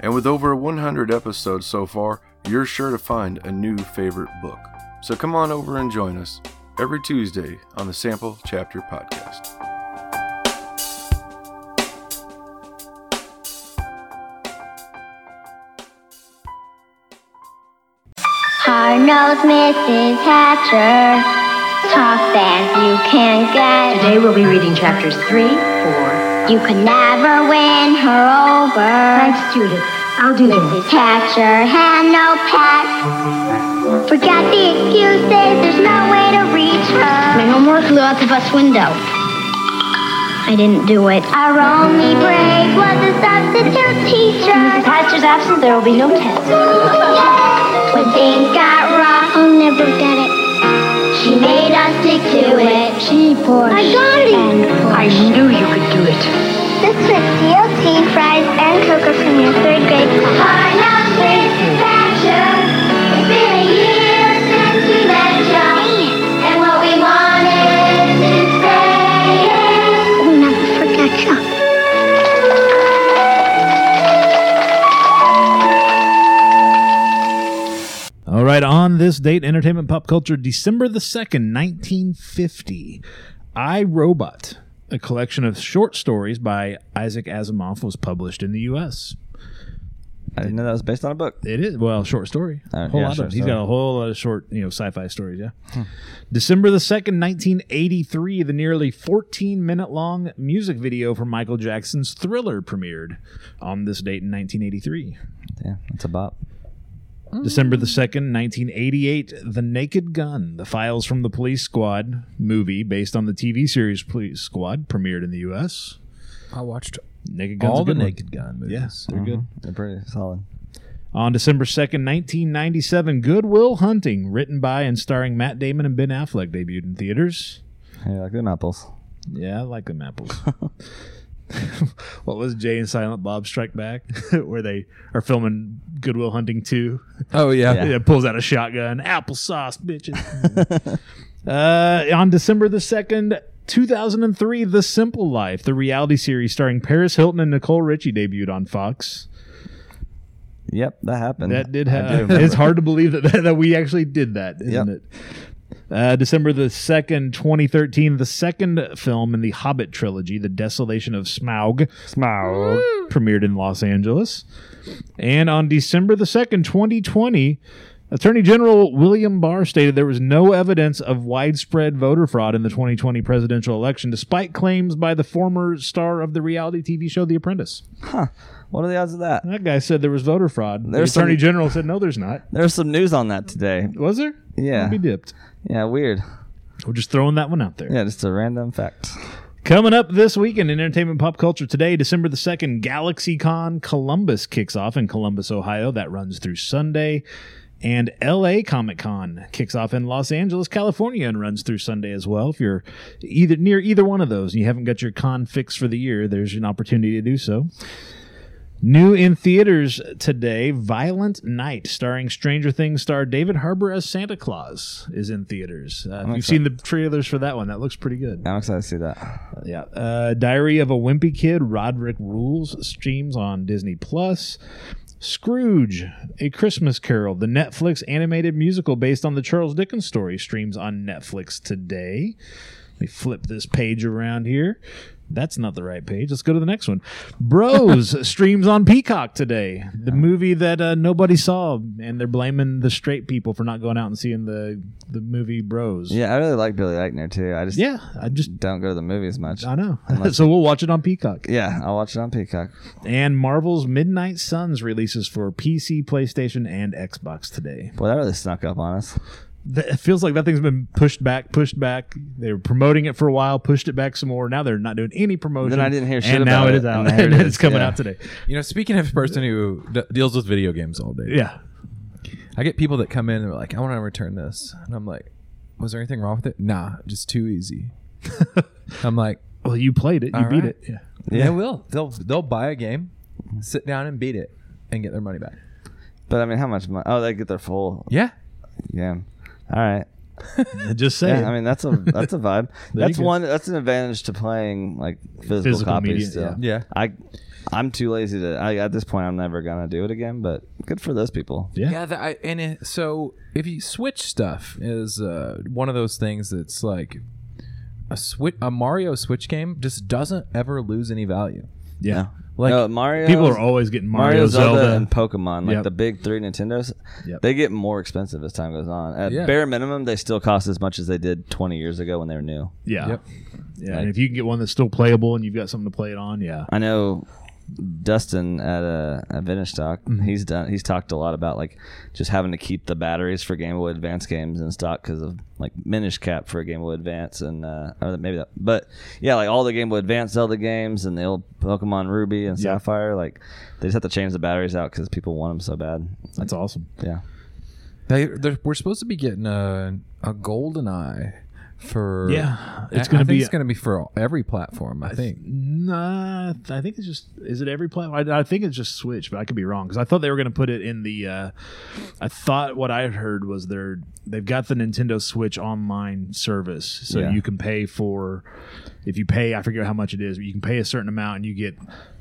And with over 100 episodes so far, you're sure to find a new favorite book. So come on over and join us every Tuesday on the Sample Chapter Podcast. Hard nosed Mrs. Hatcher. Talk fast, you can get. Today we'll be reading chapters three, four. You could never win her over. Thanks, Judith. I'll do them. Mrs. Hatcher had no pet. Forgot the excuses, there's no way to reach her. My homework flew out the bus window. I didn't do it. Our only break was a substitute teacher. Mrs. Hatcher's absent, there will be no test. When things got rough, I'll never get it. She made us stick to it. She pushed. I got it. I knew you could do it. This was DLT fries and cocoa from your third grade class. Our love It's been a year since we met you. And what we wanted to say is we'll never forget you. All right, on this date, entertainment pop culture, December the 2nd, 1950, I Robot, a collection of short stories by Isaac Asimov, was published in the U.S. I didn't know that was based on a book. It is well, short story. Uh, whole yeah, lot of short them. He's story. Hmm. got a whole lot of short, you know, sci-fi stories. Yeah. December the second, nineteen eighty-three, the nearly fourteen-minute-long music video for Michael Jackson's Thriller premiered on this date in nineteen eighty-three. Yeah, it's a bop. Hmm. December the 2nd, 1988, The Naked Gun, The Files from the Police Squad movie based on the TV series Police Squad premiered in the US. I watched Naked Gun's all a the good one. Naked Gun movies. Uh-huh. Yes, they're good. They're pretty solid. On December 2nd, 1997, Goodwill Hunting, written by and starring Matt Damon and Ben Affleck, debuted in theaters. Yeah, like them apples. Yeah, I like them apples. what was Jay and Silent Bob Strike Back, where they are filming Goodwill Hunting 2? Oh Yeah. Yeah, pulls out a shotgun. Applesauce, bitches. uh, on December the 2nd, 2003, The Simple Life, the reality series starring Paris Hilton and Nicole Richie, debuted on Fox. Yep, that happened. That did I happen. do it's remember. hard to believe that, that we actually did that, isn't Yep. it? Uh, December the 2nd, 2013, the second film in the Hobbit trilogy, The Desolation of Smaug, Smile. premiered in Los Angeles. And on December the 2nd, 2020, Attorney General William Barr stated there was no evidence of widespread voter fraud in the 2020 presidential election, despite claims by the former star of the reality TV show The Apprentice. What are the odds of that? That guy said there was voter fraud. There's the Attorney some- General said, no, there's not. There's some news on that today. Was there? Yeah. Be dipped. Yeah, weird. We're just throwing that one out there. Yeah, just a random fact. Coming up this weekend in entertainment pop culture today, December the 2nd, GalaxyCon Columbus kicks off in Columbus, Ohio. That runs through Sunday. And LA Comic Con kicks off in Los Angeles, California, and runs through Sunday as well. If you're either near either one of those and you haven't got your con fixed for the year, there's an opportunity to do so. New in theaters today, Violent Night, starring Stranger Things star David Harbour as Santa Claus, is in theaters. Uh, if you've seen the trailers for that one, that looks pretty good. I'm excited to see that. Yeah. Uh, Diary of a Wimpy Kid, Roderick Rules streams on Disney Plus. Scrooge, A Christmas Carol, the Netflix animated musical based on the Charles Dickens story, streams on Netflix today. Let me flip this page around here. That's not the right page. Let's go to the next one. Bros streams on Peacock today. The movie that uh, nobody saw, and they're blaming the straight people for not going out and seeing the the movie Bros. Yeah, I really like Billy Eichner too. I just yeah. I just don't go to the movies much. I know. so we'll watch it on Peacock. Yeah, I'll watch it on Peacock. And Marvel's Midnight Suns releases for PC, PlayStation, and Xbox today. Boy, that really snuck up on us. Th- It feels like that thing's been pushed back, pushed back. They were promoting it for a while, pushed it back some more. Now they're not doing any promotion. Then I didn't hear shit And now about it it, is out. and there And it it's is, coming yeah. out today. You know, speaking of a person who d- deals with video games all day, Yeah. I get people that come in and are like, I want to return this. And I'm like, was there anything wrong with it? Nah, just too easy. I'm like, Well, you played it. You All beat right. it. Yeah. yeah, they will. They'll they'll buy a game, sit down and beat it, and get their money back. But I mean, how much money? Oh, they get their full. Yeah. Yeah. All right. Just say Yeah, I mean that's a that's a vibe. There you that's go. one that's an advantage to playing like physical, Physical copies media, still. yeah. Yeah. I I'm too lazy to I, at this point I'm never gonna do it again, but good for those people. Yeah. Yeah, that I, and it, so if you switch stuff is uh, one of those things that's like a switch, a Mario Switch game just doesn't ever lose any value. yeah. Like no, Mario. People are always getting Mario, Mario, Zelda, Zelda. and Pokemon, like Yep. the big three Nintendos, Yep. they get more expensive as time goes on. At Yeah. bare minimum, they still cost as much as they did 20 years ago when they were new. yeah. Yep. Yeah. and if you can get one that's still playable and you've got something to play it on, yeah. I know Dustin at uh, at Vintage Talk. Mm-hmm. He's done. He's talked a lot about like just having to keep the batteries for Game Boy Advance games in stock because of like Minish Cap for Game Boy Advance and uh, or maybe that. But yeah, like all the Game Boy Advance Zelda games and the old Pokemon Ruby and Yeah. Sapphire. Like they just have to change the batteries out because people want them so bad. That's awesome. Yeah. they they're- we're supposed to be getting a a golden eye for Yeah, I- it's gonna I think be- it's gonna be for all- every platform. I think Nah, I think it's just. Is it every platform? I, I think it's just Switch, but I could be wrong because I thought they were going to put it in the. Uh, I thought what I heard was they're they've got the Nintendo Switch online service, so Yeah. you can pay for. If you pay, I forget how much it is, but you can pay a certain amount and you get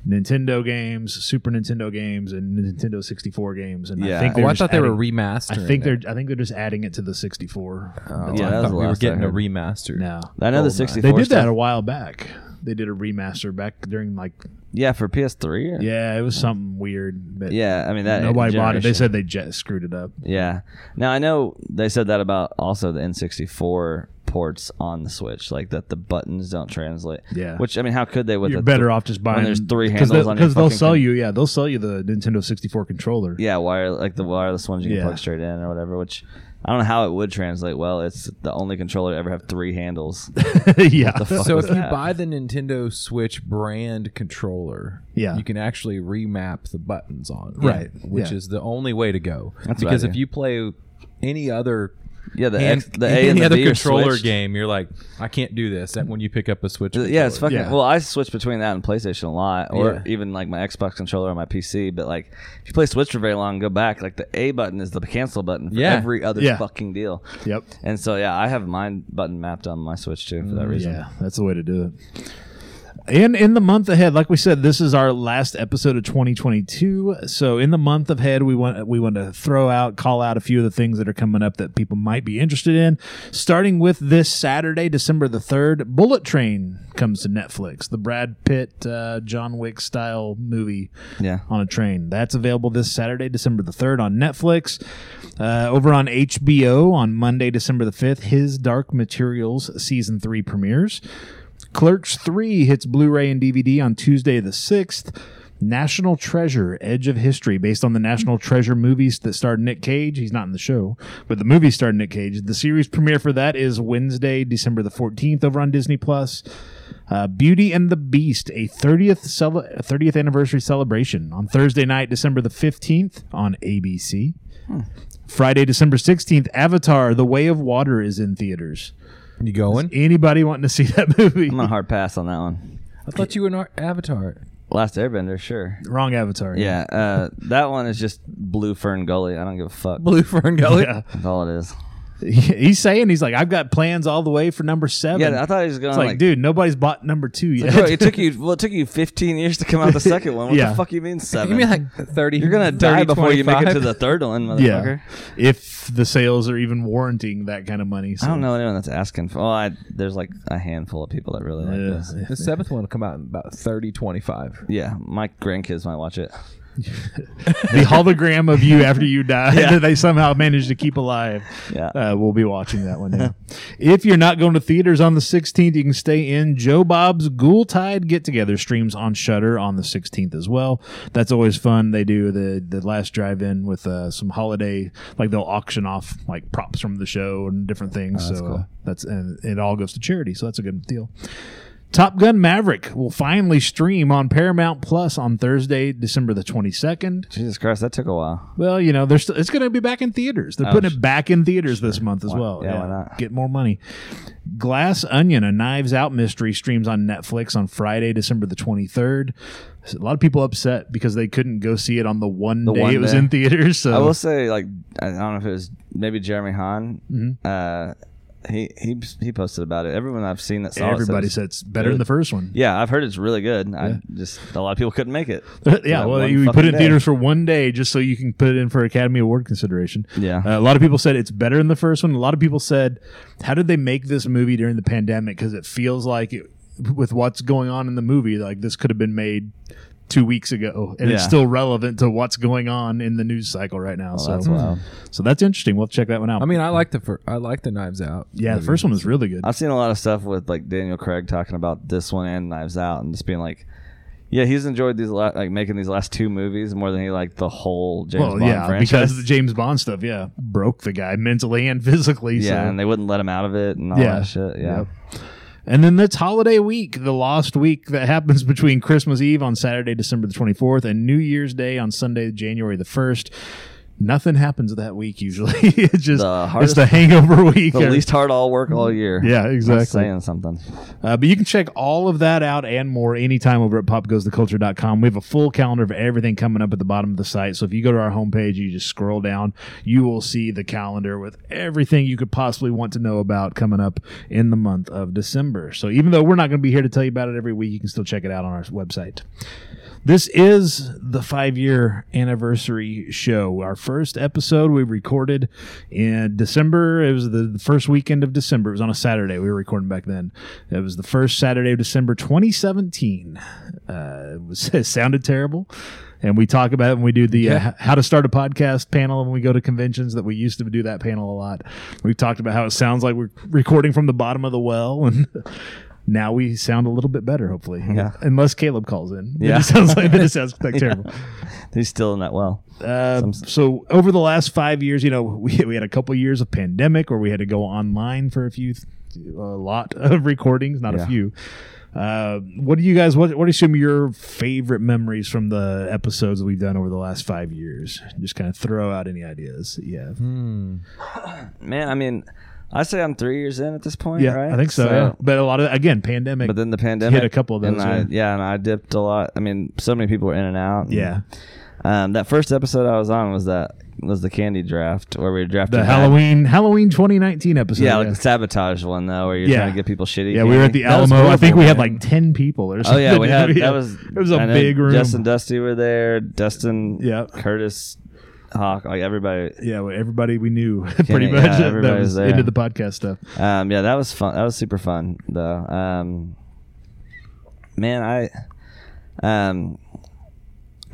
Nintendo games, Super Nintendo games, and Nintendo sixty four games. And I Yeah. think oh, they're I just thought they were adding- remastering. I think it. they're. I think they're just adding it to the sixty four. Oh, Yeah, that I was thought the we were last I getting a heard. remaster. No, I know Goldeneye. the 64 they did stuff- that a while back. They did a remaster back during like Yeah, for PS3. Or? Yeah, it was something weird. But Yeah, I mean that nobody bought it. They generation. said they jet screwed it up. Yeah. Now I know they said that about also the N64 ports on the Switch, like that the buttons don't translate. Yeah. Which I mean, how could they with You're a- better off just when buying. there's three because handles they'll, on your they'll fucking sell con- you. Yeah, they'll sell you the Nintendo 64 controller. Yeah, wire like the wireless ones you can Yeah. plug straight in or whatever. Which I don't know how it would translate well. It's the only controller to ever have three handles. yeah. fuck so was if you that? buy the Nintendo Switch brand controller, Yeah. you can actually remap the buttons on it, Right, Which yeah. is the only way to go. That's what I because if do. you play any other Yeah, the hand- X, the A any and the other B are controller switched. Uh, game, you're like, I can't do this. That when you pick up a Switch, Yeah, it's controller. fucking. Yeah. Well, I switch between that and PlayStation a lot, or Yeah. even like my Xbox controller or my PC. But like, if you play Switch for very long, and go back. Like the A button is the cancel button for Yeah. every other Yeah. fucking deal. Yep. And so yeah, I have mine button mapped on my Switch too for that reason. Yeah, that's the way to do it. And in the month ahead, like we said, this is our last episode of 2022. So in the month ahead, we want we want to throw out, call out a few of the things that are coming up that people might be interested in. Starting with this Saturday, December the third, Bullet Train comes to Netflix, the Brad Pitt, uh, John Wick style movie Yeah. on a train. That's available this Saturday, December the 3rd on Netflix. Uh, over on HBO on Monday, December the 5th, His Dark Materials Season 3 premieres. Clerks 3 hits Blu ray and DVD on Tuesday the 6th. National Treasure Edge of History, based on the National Treasure movies that starred Nick Cage. He's not in the show, but the movie starred Nick Cage. The series premiere for that is Wednesday, December the 14th over on Disney Plus. Uh, Beauty and the Beast, a 30th cele- 30th anniversary celebration on Thursday night, December the 15th on ABC. Hmm. Friday, December 16th, Avatar: The Way of Water is in theaters. You going? Anybody wanting to see that movie? I'm a hard pass on that one. I thought you were an ar- Avatar. Last Airbender, sure. Wrong Avatar. Yeah, uh, that one is just Blue Fern Gully. I don't give a fuck. Blue Fern Gully. Yeah. That's all it is. He's saying he's like, I've got plans all the way for number seven. Yeah, I thought he was going it's like, like, oh, dude, nobody's bought number two yet. Bro, it took you well, it took you 15 years to come out the second one. What Yeah. the fuck you mean seven? You mean like thirty? You're gonna die 30, before you make it to 25? the third one, yeah, motherfucker. if the sales are even warranting that kind of money. So. I don't know anyone that's asking for. Oh, I, there's like a handful of people that really like Yeah. this. The seventh one will come out in about 30, 25. Yeah, my grandkids might watch it. the hologram of you after you die that they somehow managed to keep alive. Yeah. Uh, we'll be watching that one now. if you're not going to theaters on the 16th, you can stay in. Joe Bob's Ghoul Tide Get Together streams on Shutter on the 16th as well. That's always fun. They do the the last drive in with uh, some holiday, like they'll auction off like props from the show and different things. so uh, that's and it all goes to charity. So that's a good deal. Top Gun Maverick will finally stream on Paramount Plus on Thursday, December the 22nd. Jesus Christ, that took a while. Well, you know, they're still, it's going to be back in theaters. They're putting it back in theaters this month as well. yeah, Oh, why not? Get more money. Glass Onion, a Knives Out mystery, streams on Netflix on Friday, December the 23rd. A lot of people upset because they couldn't go see it on the one day one it was day. in theaters. So I will say, like, I don't know if it was maybe Jeremy Hahn. Mm-hmm. Uh, he he he posted about it. Everyone I've seen that saw everybody it said it's better than the first one. Yeah, I've heard it's really good. I just a lot of people couldn't make it. yeah, That well, one you put fucking it in day. theaters for one day just so you can put it in for Academy Award consideration. Yeah. Uh, a lot of people said it's better than the first one. A lot of people said, "How did they make this movie during the pandemic? Because it feels like it, with what's going on in the movie, like this could have been made." Two weeks ago, and it's Yeah. Oh, still relevant to what's going on in the news cycle right now. so, that's wild. so that's interesting. We'll check that one out. I mean, I like the fir- I like the Knives Out. yeah, the first one was really good. I've seen a lot of stuff with like Daniel Craig talking about this one and Knives Out, and just being like, yeah, he's enjoyed these la- like making these last two movies more than he liked the whole James well, Bond yeah, franchise. because the James Bond stuff, yeah, broke the guy mentally and physically. yeah, so. and they wouldn't let him out of it and all that shit. Yeah, Yep. And then that's holiday week, the lost week that happens between Christmas Eve on Saturday, December the 24th, and New Year's Day on Sunday, January the 1st. Nothing happens that week usually. it's just The it's hardest- the hangover week. the least hard all work all year. Yeah, That's exactly. saying something. Uh, but you can check all of that out and more anytime over at popgoestheculture.com. We have a full calendar of everything coming up at the bottom of the site. So if you go to our homepage, you just scroll down, you will see the calendar with everything you could possibly want to know about coming up in the month of December. So even though we're not going to be here to tell you about it every week, you can still check it out on our website. This is the five year anniversary show. Our first episode we recorded in December. It was the the first weekend of December. It was on a Saturday. We were recording back then. It was the first Saturday of December 2017. Uh, it, was, it sounded terrible. And we talk about it when we do the uh, how to start a podcast panel when we go to conventions that we used to do that panel a lot. We've talked about how it sounds like we're recording from the bottom of the well and Now we sound a little bit better, hopefully. Yeah. Unless Caleb calls in. It Yeah. just sounds like that just sounds like terrible. He's still in that well. Um, so over the last five years, you know, we, we had a couple years of pandemic where we had to go online for a few, a lot of recordings, not Yeah. a few. Uh, what do you guys? What what are some of your favorite memories from the episodes that we've done over the last five years? Just kind of throw out any ideas that you Hmm. have. Man, I mean, I say I'm three years in at this point, Yeah, right? I think so. yeah. But a lot of again, pandemic. But then the pandemic a couple of those, and I, yeah. yeah, and I dipped a lot. I mean, so many people were in and out. and, yeah, Um, that first episode I was on was that was the candy draft where we were drafting the back- Halloween Halloween 2019 episode. Yeah, like the sabotage one though, where you're Yeah. trying to get people shitty. Yeah, we were at the That was Alamo. I horrible, think we had man. like 10 people or Oh something. yeah, we had Yeah. that was it was a I know big room. Justin Dusty were there. Dustin, Yeah. Curtis, Hawk, like everybody. yeah, well, everybody we knew pretty yeah, much that everybody's was there. into the podcast stuff. Um, yeah, that was fun. That was super fun though. Um, man, I um,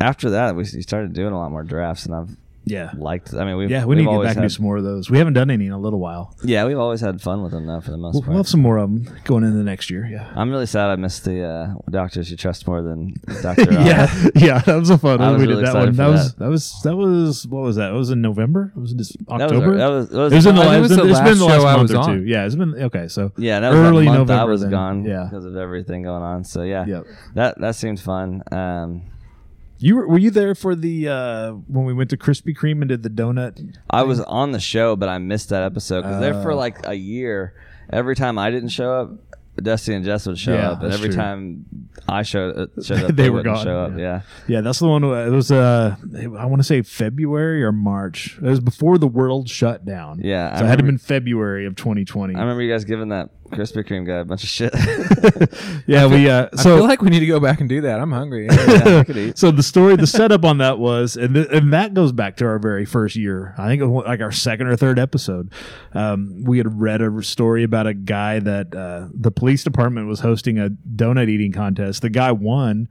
after that we s- started doing a lot more drafts, and I've Yeah. liked. I mean, we Yeah, we need to get back and do some more of those. We haven't done any in a little while. Yeah, we've always had fun with them though, for the most We'll, we'll part. have some more of them going into the next year. Yeah. I'm really sad I missed the uh, doctors you trust more than Doctor. yeah, yeah, that was a fun I one. was we really did that excited one. for That was that. that was that was what was that? It was in November. It was in this That was, October. that was, that was, it was in the I think last. it was the it's been last the last show I month was or on. two. Yeah, it's been okay. So Yeah, that was early early month November. I was then. gone Yeah, because of everything going on. So yeah, Yep. that that seemed fun. Um, you were, were you there for the uh when we went to Krispy Kreme and did the donut? I was on the show, but I missed that episode because there for Oh. like a year. Every time I didn't show up, Dusty and Jess would show Yeah, up, and that's every true. time I showed uh, showed up, They they, were wouldn't gone, show up. yeah. Yeah, Yeah, that's the one. It was uh, I want to say February or March. It was before the world shut down. Yeah, I so it had to remember- been February of 2020. I remember you guys giving that Krispy Kreme guy a bunch of shit. yeah, we uh, I so feel like we need to go back and do that. I'm hungry. yeah, I could eat. so the story, the setup on that was, and th- and that goes back to our very first year. I think it was like our second or third episode. Um, we had read a story about a guy that uh, the police department was hosting a donut eating contest. The guy won.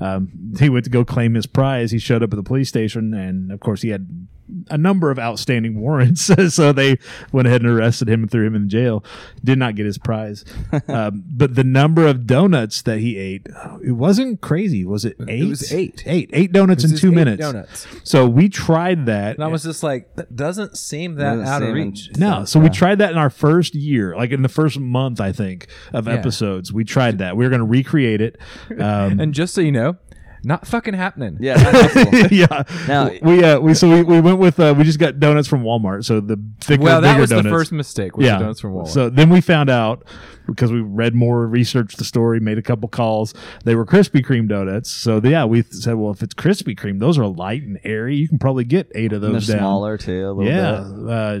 Um, he went to go claim his prize. He showed up at the police station, and of course, he had a number of outstanding warrants. so they went ahead and arrested him and threw him in jail. Did not get his prize. um, but the number of donuts that he ate, it wasn't crazy. Was it eight? was eight. Eight. Eight donuts in This is two eight minutes. Donuts. So we tried that. And I was just like, that doesn't seem that Doesn't out of seem- reach. no, so we tried that in our first year, like in the first month, I think, of Yeah. episodes. We tried that. We were going to recreate it. Um, And just so you know, not fucking happening. Yeah, that's helpful. yeah. Now- we uh, we so we, we went with uh, we just got donuts from Walmart. So the thicker, Well, that bigger was donuts. the first mistake. Was yeah. the donuts from Walmart. So then we found out because we read more, researched the story, made a couple calls. They were Krispy Kreme donuts. So yeah, we said, well, if it's Krispy Kreme, those are light and airy. You can probably get eight of And They're those down. smaller too, a little Yeah. bit. Uh,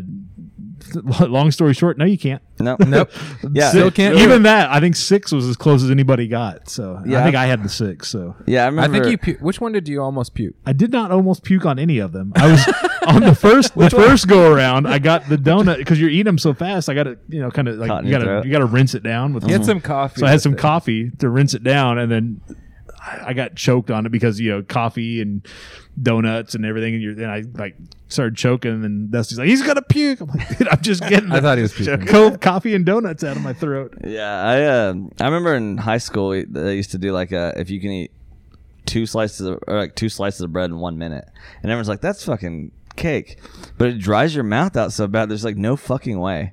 th- long story short, no, you can't. No, nope. Yeah, Still can't. do Even it. that, I think six was as close as anybody got. So Yeah. I think I had the six. So yeah. I I remember. think you. Pu- which one did you almost puke? I did not almost puke on any of them. I was on the first the first go around. I got the donut because you're eating them so fast. I got to you know kind of like Caught in you your got to throat. you got to rinse it down with Get some coffee. So I had with some it. coffee to rinse it down, and then I I got choked on it because you know coffee and donuts and everything, and you're then I like started choking, and then Dusty's like, "He's gonna puke." I'm like, "Dude, I'm just getting." I the thought he was puking. co- coffee and donuts out of my throat. Yeah, I uh, I remember in high school we, they used to do like a, if you can eat two slices of, or like two slices of bread in one minute, and everyone's like, "That's fucking cake," but it dries your mouth out so bad. There's like no fucking way.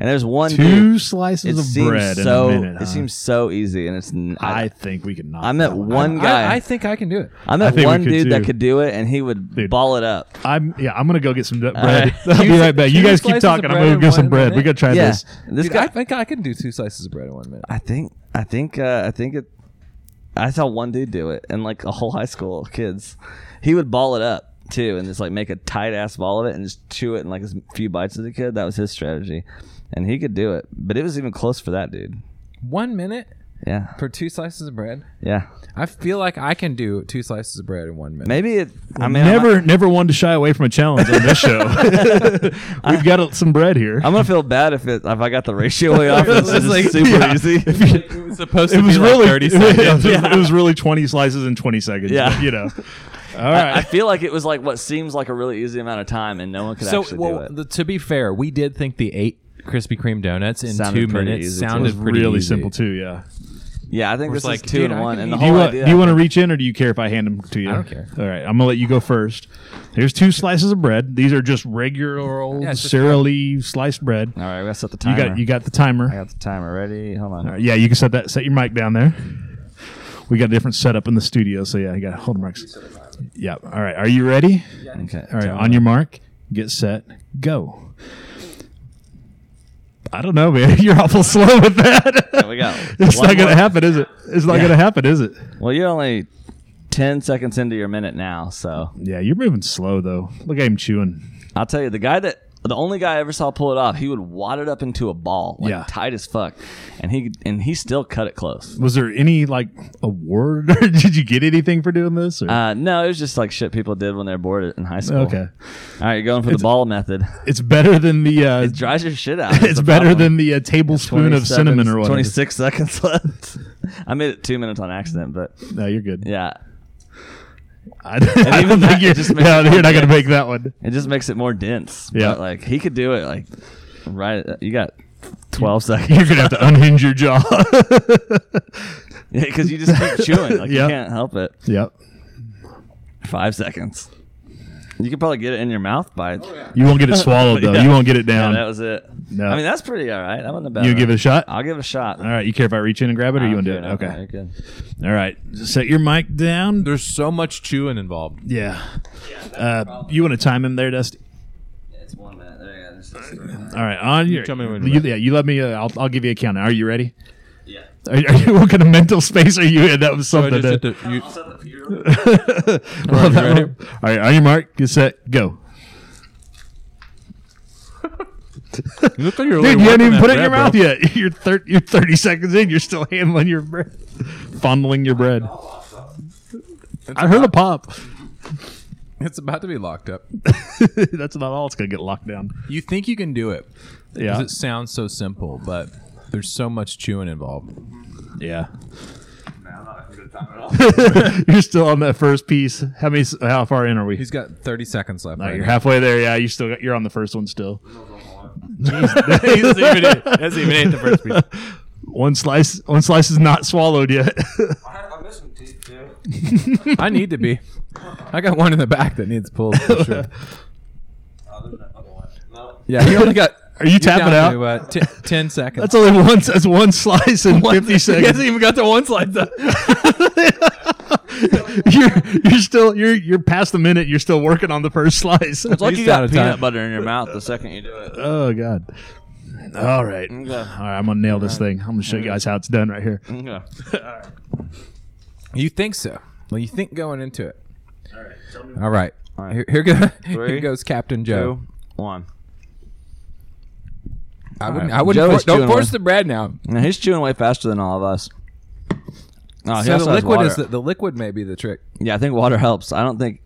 And there's one Two dude, slices it of seems bread so in a minute. huh? it seems so easy, and it's n- I, I think we can knock. I met that one guy. I, I I, think I can do it. met I think we one could dude that too. could do it, and he would Dude. ball it up. I'm yeah. I'm gonna go get some bread. right. I'll be Two- right back. You two guys keep slices talking. of I'm bread gonna in go get some one bread. We minute. gotta try yeah, this. this Dude, guy. I think I can do two slices of bread in one minute. I think I think uh, I think it. I saw one dude do it, and like a whole high school of kids, he would ball it up too, and just like make a tight ass ball of it, and just chew it in like as few bites as he could. That was his strategy, and he could do it. But it was even close for that dude. One minute Yeah, for two slices of bread. yeah. I feel like I can do two slices of bread in one minute. Maybe it. I mean, I'm never, not- never one to shy away from a challenge on this show. We've got a- some bread here. I'm gonna feel bad if it if I got the ratio way off. This is like- super yeah. easy. It was supposed it was really it was- Yeah. It was really twenty slices in twenty seconds. Yeah. but, you know. All I, I right. feel like it was like what seems like a really easy amount of time, and no one could So, actually do well, it. the, to be fair, we did think the eight Krispy Kreme donuts in Sounded two pretty minutes easy, Oh, too. It sounded was pretty really easy. simple too. Yeah. Yeah, I think We're this like, is two dude, I and one. And can the eat- Do you, whole want, idea. do you want to reach in, or do you care if I hand them to you? I don't care. All right, I'm gonna let you go first. Here's two slices of bread. These are just regular old Yeah, it's just Sara Lee sliced bread. All right, we gotta set the You timer. got you got the timer. I got the timer ready. Hold on. All right, yeah, you can set that. Set your mic down there. We got a different setup in the studio, so yeah, you got to hold the mics. Yeah. All right. Are you ready? Okay. All right. On your mark, get set, go. I don't know, man. You're awful slow with that. we go. it's One not gonna more. happen, is it? It's not gonna happen, is it? Well, you're only ten seconds into your minute now, so Yeah, you're moving slow though. Look at him chewing. I'll tell you the guy that the only guy I ever saw pull it off, he would wad it up into a ball, like Yeah. tight as fuck, and he and he still cut it close. Was there any like award? or Did you get anything for doing this? Or? Uh, no, it was just like shit people did when they're bored in high school. okay, All right, you're going for the ball method. it's better than the. Uh, It it's dries your shit out. That's the better problem. than the uh, tablespoon of 27 cinnamon or whatever. 26 seconds left. I made it two minutes on accident, but No, you're good. yeah, I, I don't even think that you're, just makes yeah, it you're more not gonna dense. make that one. it just makes it more dense. Yeah. But, like he could do it. Like right, uh, you got 12 seconds You're gonna have to unhinge your jaw. because you just keep chewing. Like Yeah. you can't help it. yep. Five seconds. You could probably get it in your mouth by. You won't get it swallowed though. Yeah. You won't get it Yeah, down. that was it. Um, No. I mean, that's pretty all right. That wasn't bad. you give it a shot. I'll give it a shot. All right. You care if I reach in and grab it, or you want to do it? Okay. Okay. you're good. All right. Set your mic down. There's so much chewing involved. Yeah. Uh, you want to time him there, Dusty? It's one minute. There you go. This is- All right. On your. tell me when you're you, ready. yeah. You let me. Uh, I'll, I'll give you a count. Are you ready? Yeah. Are, are you, what kind of mental space are you in? That was So I something. just to- have to- you- I'll set the funeral. Well, that ready? one- all right. On your mark, get set, go. you look like you're really Dude, you haven't working even that put it in your bread, mouth bro. yet. You're, thir- you're 30 seconds in. You're still handling your bread, fondling your bread. I heard a pop. It's about to be locked up. That's not all. It's gonna get locked down. You think you can do it Yeah, because it sounds so simple, but there's so much chewing involved. yeah. you're still on that first piece. How many? s- How far in are we? He's got 30 seconds left. All right, right you're now. halfway there. Yeah, you still got, you're on the first one still. He doesn't even- doesn't even hit the first piece. One slice. One slice is not swallowed yet. I need to be. I got one in the back that needs pulled for sure. Yeah, you only got. Are you tapping down to, out? uh, t- ten seconds. That's only one. That's one slice in 50 He hasn't seconds. even got to one slide. Though. You're you're still you're you're past the minute. You're still working on the first slice. It's like He's you out got of peanut time. butter in your mouth the second you do it. Oh god. All right. All Okay. right, I'm gonna nail this thing. I'm gonna show you guys how it's done right here. Okay. You think so? Well, you think going into it. All right. Here, here, go, here Three, goes Captain Joe. Two, one. I wouldn't. I wouldn't. Joe for- is don't doing force one. the bread now. Now he's chewing way faster than all of us. Oh, he So also the has liquid water. is the, the liquid may be the trick. Yeah, I think water helps. I don't think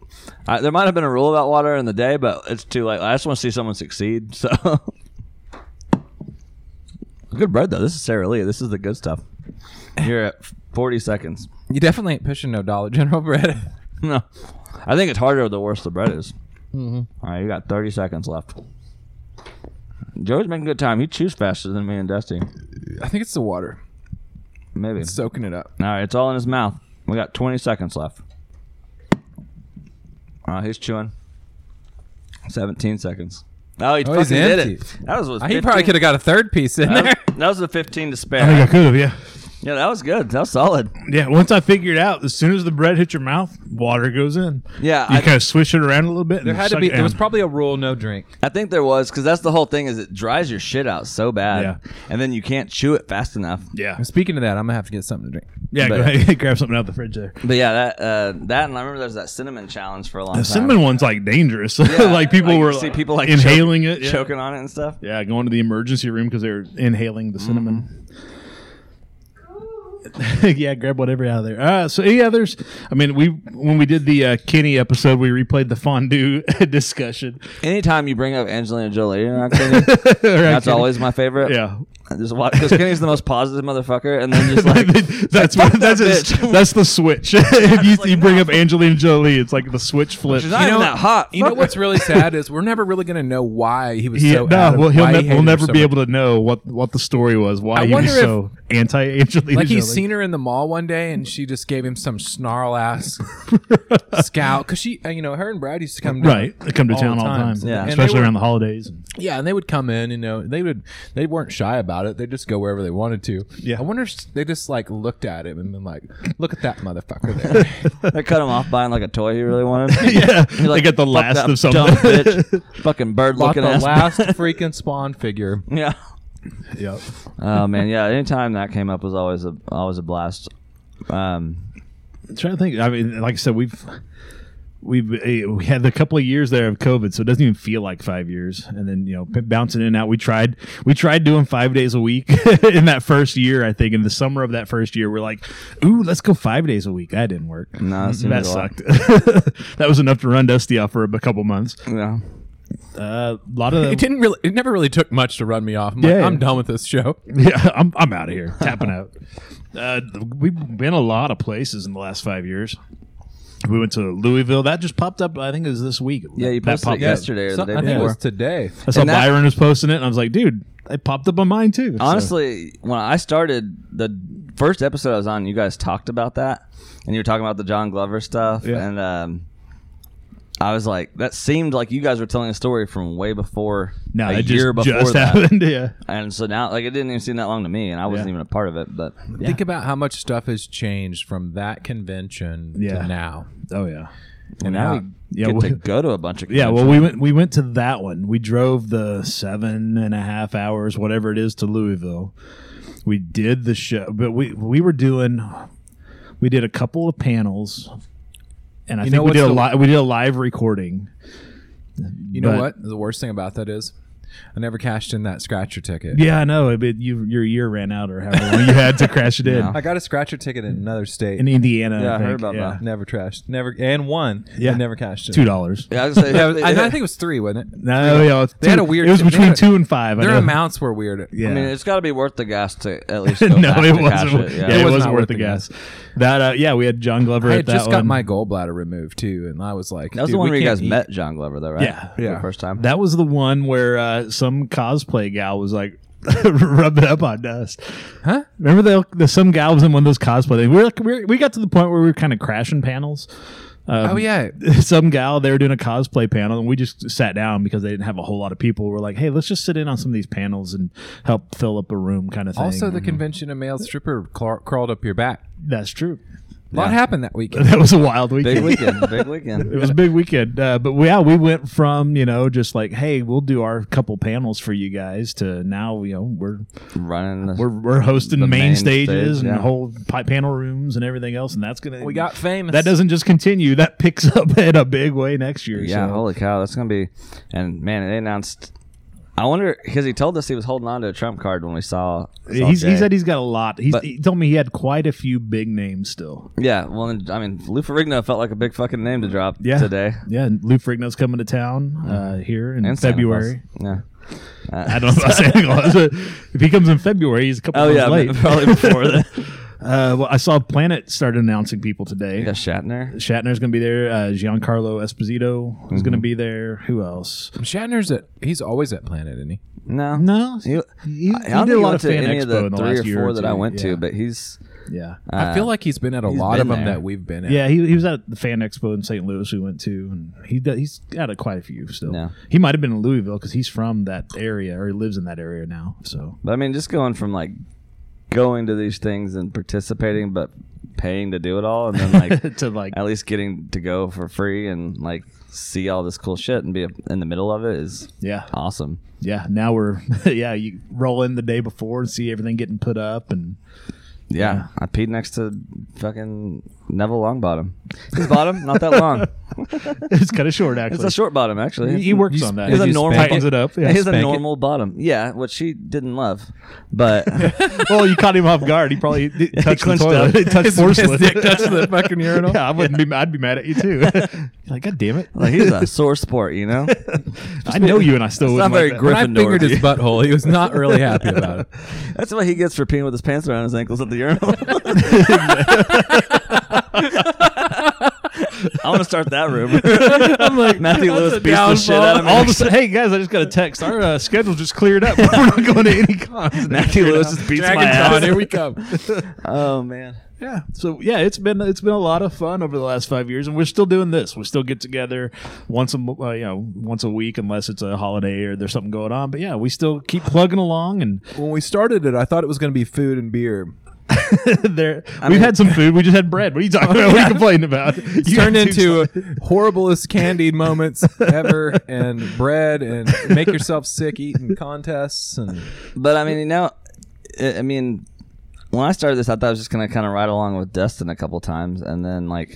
I, there might have been a rule about water in the day, but it's too late. I just want to see someone succeed. So, good bread though. This is Sara Lee. This is the good stuff. You're at 40 seconds. You definitely ain't pushing no Dollar General bread. No, I think it's harder the worse the bread is. All right, you got 30 seconds left. Joey's making good time. He chews faster than me and Dusty. I think it's the water Maybe. It's soaking it up. all right, it's all in his mouth. We got 20 seconds left. All right, he's chewing. 17 seconds. Oh, he Oh, fucking he's did empty. Ah, it. That was with He probably 15 could have got a third piece in That there. was, that was a 15 to spare. I think I could have, Oh, yeah. Yeah, that was good. That was solid. Yeah, once I figured out, as soon as the bread hits your mouth, water goes in. Yeah, You I- kind of swish it around a little bit. There had to be. There was probably a rule: no drink. I think there was because that's the whole thing is it dries your shit out so bad, Yeah. and then you can't chew it fast enough. Yeah. And Speaking of that, I'm gonna have to get something to drink. Yeah, go but- ahead. Grab something out of the fridge there. But yeah, that uh, that and I remember there's that cinnamon challenge for a long The time. cinnamon one's like dangerous. like people you were see like, people like inhaling choking- it. Yeah. choking on it and stuff. Yeah, going to the emergency room because they were inhaling the cinnamon. Mm-hmm. yeah, grab whatever out of there. Uh, so yeah, there's. I mean, we when we did the uh, Kenny episode, we replayed the fondue discussion. Anytime you bring up Angelina Jolie, in our opinion, Right, that's Kenny? always my favorite. Yeah, Just watch because Kenny's the most positive motherfucker, and then just like that's what, that's his- bitch. that's the switch. if you, like, you bring no. up Angelina Jolie, it's like the switch flips. she's not even that hot. You know what's really sad is we're never really going to know why he was He- so. no, adamant, well, he'll why he ne- hated we'll her never so be much. able to know what what the story was. Why I he wonder was if- so anti Angelina. Like he's Jolie. seen her in the mall one day, and she just gave him some snarl ass scowl because she, uh, you know, her and Brad used to come down right. They come to town all the time, Yeah. And especially they were- around the holidays. Yeah, and they would come in, you know, they would they weren't shy about it. They'd just go wherever they wanted to. Yeah. I wonder if they just like looked at him and been like, look at that motherfucker there. They cut him off buying like a toy he really wanted. yeah, He's they like, get the "Fuck last that of dumb something. bitch. Fucking bird Bought looking the ass. last freaking spawn figure. yeah. yep. Oh man, yeah. Anytime that came up was always a always a blast. Um, I'm trying to think. I mean, like I said, we've we've eh, we had a couple of years there of COVID, so it doesn't even feel like five years. And then you know, b- bouncing in and out. We tried we tried doing five days a week in that first year. I think in the summer of that first year, we're like, ooh, let's go five days a week. That didn't work. no, it seemed That a lot. sucked. that was enough to run Dusty off for a couple months. Yeah. Uh, a lot of It didn't really it never really took much to run me off. I'm like, Yeah. I'm done with this show. Yeah, I'm I'm out of here. Tapping out. Uh, we've been a lot of places in the last five years. We went to Louisville. That just popped up. I think it was this week. Yeah, you that posted it yesterday or the So- day I think it before. was today. I saw And that- Byron was posting it, and I was like, dude, it popped up on mine too. So- Honestly, when I started the first episode I was on, you guys talked about that, and you were talking about the John Glover stuff, Yeah. and um, I was like, that seemed like you guys were telling a story from way before, no, a it just, year before just that, happened. Yeah, and so now, like, it didn't even seem that long to me, and I wasn't Yeah. even a part of it, but Think about how much stuff has changed from that convention Yeah. to now. oh yeah, and now Yeah. we Yeah, get we- to go to a bunch of yeah. Well, we went we went to that one. We drove the seven and a half hours, whatever it is, to Louisville. We did the show, but we we were doing we did a couple of panels, and I You know think we did a what's li- we did a live recording. You know But- what? The worst thing about that is I never cashed in that scratcher ticket. Yeah, I know. But you, your year ran out, or however long you had to crash it in Yeah. I got a scratcher ticket in another state. in Indiana. Yeah, I I, think. heard about Yeah. that. Never trashed. Never and one. Yeah. and never cashed it. Two dollars. yeah, I, was gonna say, Yeah, it was- I think it was three, wasn't it? No, yeah, They had a weird- It was they had between a- two and five. I Their know. amounts were weird. Yeah. I mean, it's got to be worth the gas to at least. Go no, back it to cash wasn't. It, yeah. yeah. it wasn't worth the gas. That uh, yeah, we had John Glover I at had that just got one. my gallbladder removed too, and I was like, That was "Dude, the one we where you can't guys eat." met John Glover, though, right? Yeah. For the Yeah. first time. That was the one where uh, some cosplay gal was like rubbing up on us. Huh? Remember the, the some gal was in one of those cosplay things. We were, we were, we got to the point where we were kind of crashing panels. Um, Oh yeah, some gal they were doing a cosplay panel and we just sat down because they didn't have a whole lot of people we're like hey let's just sit in on some of these panels and help fill up a room kind of thing Also, the convention a male stripper claw- crawled up your back. that's true A lot happened that weekend. that was a wild weekend Big weekend. Big it weekend. was a big weekend. Uh, but yeah, we went from you know just like hey, we'll do our couple panels for you guys to now you know we're Running. the- we're we're hosting The main, main stage, stages and yeah. whole pi- panel rooms and everything else, and that's gonna We got famous. that doesn't just continue that picks up in a big way next year. Yeah, so. holy cow, that's gonna be. And man, they announced. I wonder because he told us he was holding on to a trump card when we saw. saw He's, Jay. he said he's got a lot. He's, But- he told me he had quite a few big names still. yeah. Well, then, I mean, Lou Ferrigno felt like a big fucking name to drop Yeah. today Hmm. Yeah, and Lou Frigno's coming to town uh, here in and Santa February. Claus. Yeah. I don't know about Santa Claus. but if he comes in February, he's a couple Oh months yeah, late. probably before that. Uh, well, I saw Planet started announcing people today. Yeah, Shatner. Shatner's going to be there. Uh, Giancarlo Esposito is Mm-hmm. going to be there. Who else? Shatner's at he's always at Planet, isn't he? No, No, He, he, he I don't did think a he lot went of to fan any expo of the in the three last or year four that two. I went Yeah. to, but he's. yeah, I feel uh, like he's been at a he's lot been of them there. that we've been at. yeah. He, he was at the fan expo in St. Louis. We went to, and he do- he's got a, quite a few still. Yeah. He might have been in Louisville because he's from that area or he lives in that area now. So But I mean, just going from like going to these things and participating, but paying to do it all, and then like to like at least getting to go for free and like see all this cool shit and be in the middle of it is yeah awesome. yeah now we're yeah you roll in the day before and see everything getting put up and Yeah, I peed next to fucking Neville Longbottom. His bottom not that long. it's kind of short, actually. It's a short bottom actually. He works on that. He's a Did you normal. spank tightens it up. Yeah. He's a Spank it? normal bottom. Yeah, what she didn't love, but well, Oh, you caught him off guard. He probably d- touched the clenched toilet. up. He touched porcelain. the fucking urinal. yeah, I wouldn't be. I'd be mad at you too. You're like, God damn it! like, he's a sore sport, you know. I know you, and I still It's wouldn't not very like gr- that. When I Gryffindor, fingered his dude. butthole, he was not really happy about it. That's what he gets for peeing with his pants around his ankles at the urinal. I want to start that rumor. I'm like Matthew Lewis beats the shit out of me. All of a sudden, hey guys, I just got a text. Our uh, schedule just cleared up. We're not going to any cons. Matthew Lewis just beats my Dragon's on, ass. here we come. Oh man, Yeah. So yeah, it's been it's been a lot of fun over the last five years, and we're still doing this. We still get together once a mo- uh, you know once a week, unless it's a holiday or there's something going on. But yeah, we still keep plugging along, and When we started it, I thought it was going to be food and beer. there we've had some food. We just had bread. What are you Oh, talking about? What are you complaining about? It's You turned had two into horriblest candied moments ever, and bread, and make yourself sick eating contests, and but I mean, you know, I I mean, when I started this, I thought I was just gonna kind of ride along with Dustin a couple times, and then like.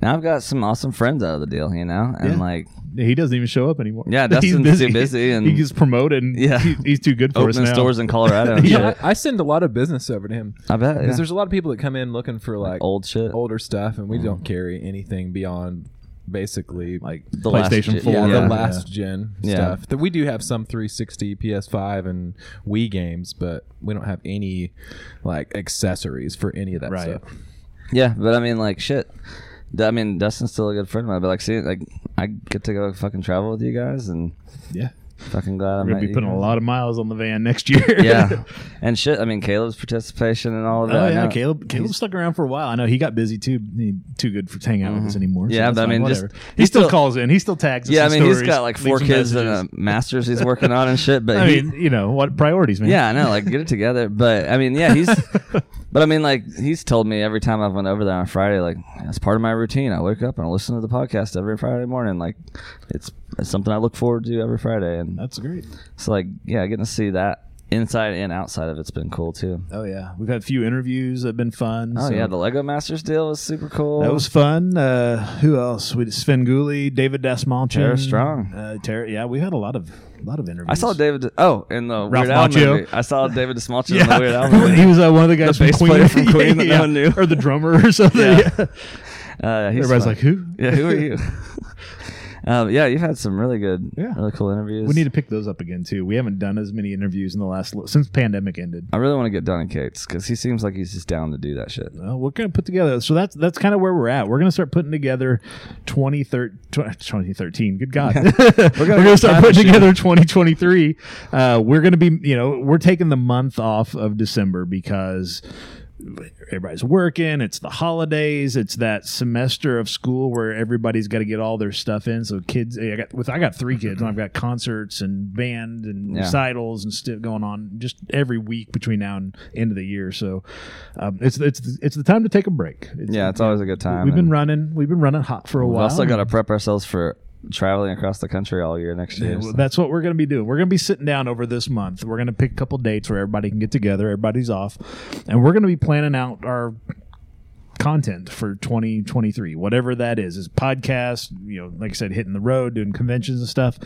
Now I've got some awesome friends out of the deal, you know, and Yeah. like He doesn't even show up anymore. Yeah, He's Dustin's too busy and- he gets promoted. And Yeah. he- he's too good for us opening now. stores in Colorado. and Oh, Yeah. shit. I, I send a lot of business over to him I bet because yeah. there's a lot of people that come in looking for like old shit. older stuff, and we don't carry anything beyond basically like The last PlayStation shit, four, yeah, Yeah. the last gen Yeah. stuff. That we do have some 360, PS5, and Wii games, but we don't have any like accessories for any of that Right. stuff. Yeah, but I mean, like, shit. D- I mean, Dustin's still a good friend of mine, but like, see, like, I get to go fucking travel with you guys, and Yeah, fucking glad we're I'm gonna be putting a lot of miles on the van next year. yeah, and shit. I mean, Caleb's participation and all of that. Oh I yeah, know- Caleb. Caleb stuck around for a while. I know he got busy too. He, too good for hanging out with us anymore. so Mm-hmm. Yeah, that's but I fine, mean, just- whatever. he he's still, still- calls in. He still tags. Us Yeah, I in mean, he's stories, got like four leaves him messages. kids and a master's he's working on and shit. But I he- mean, you know what priorities, man. yeah, I know, like, get it together. But I mean, yeah, he's. But I mean, like he's told me every time I've went over there on Friday, like as part of my routine, I wake up and I listen to the podcast every Friday morning. Like, it's, it's something I look forward to every Friday, and that's great. So like, yeah, getting to see that inside and outside of it's been cool too. Oh yeah, we've had a few interviews that have been fun. Oh so- yeah, the Lego Masters deal was super cool. That was fun. Uh, who else? We Sven Gulli, David Dasmalchin, Tara Strong. Uh, Tara, yeah, we had a lot of lot of interviews. I saw David. Oh, in the Ralph Weird Al Macchio. movie, I saw David DeSmalchin in Yeah, the Weird Al movie. he was uh, one of the guys from The bass Queen, player from Queen that no one knew. or the drummer or something. Yeah. Yeah. Uh, he's Everybody's fun. like, "Who?" Yeah, who are you? um, yeah, you've had some really good, Yeah. really cool interviews. We need to pick those up again too. We haven't done as many interviews in the last li- since pandemic ended. I really want to get Donny Cates because he seems like he's just down to do that shit. Well, we're gonna put together. So that's that's kind of where we're at. We're gonna start putting together 2013. 2013 good God, we're gonna, start putting together 2023. Uh, we're gonna be, you know, we're taking the month off of December because everybody's working. It's the holidays. It's that semester of school where everybody's got to get all their stuff in. So kids, I got with I got three kids, and I've got concerts and band and Yeah. recitals and stuff going on just every week between now and end of the year. So um, it's it's it's the time to take a break. It's, Yeah, it's always a good time. We've been and running. We've been running hot for a We've while. also got to and- prep ourselves for traveling across the country all year next year. yeah, well, so. that's what we're going to be doing. We're going to be sitting down over this month. We're going to pick a couple dates where everybody can get together. Everybody's off, and we're going to be planning out our content for 2023, whatever that is. Is podcast, you know, like I said, hitting the road, doing conventions and stuff.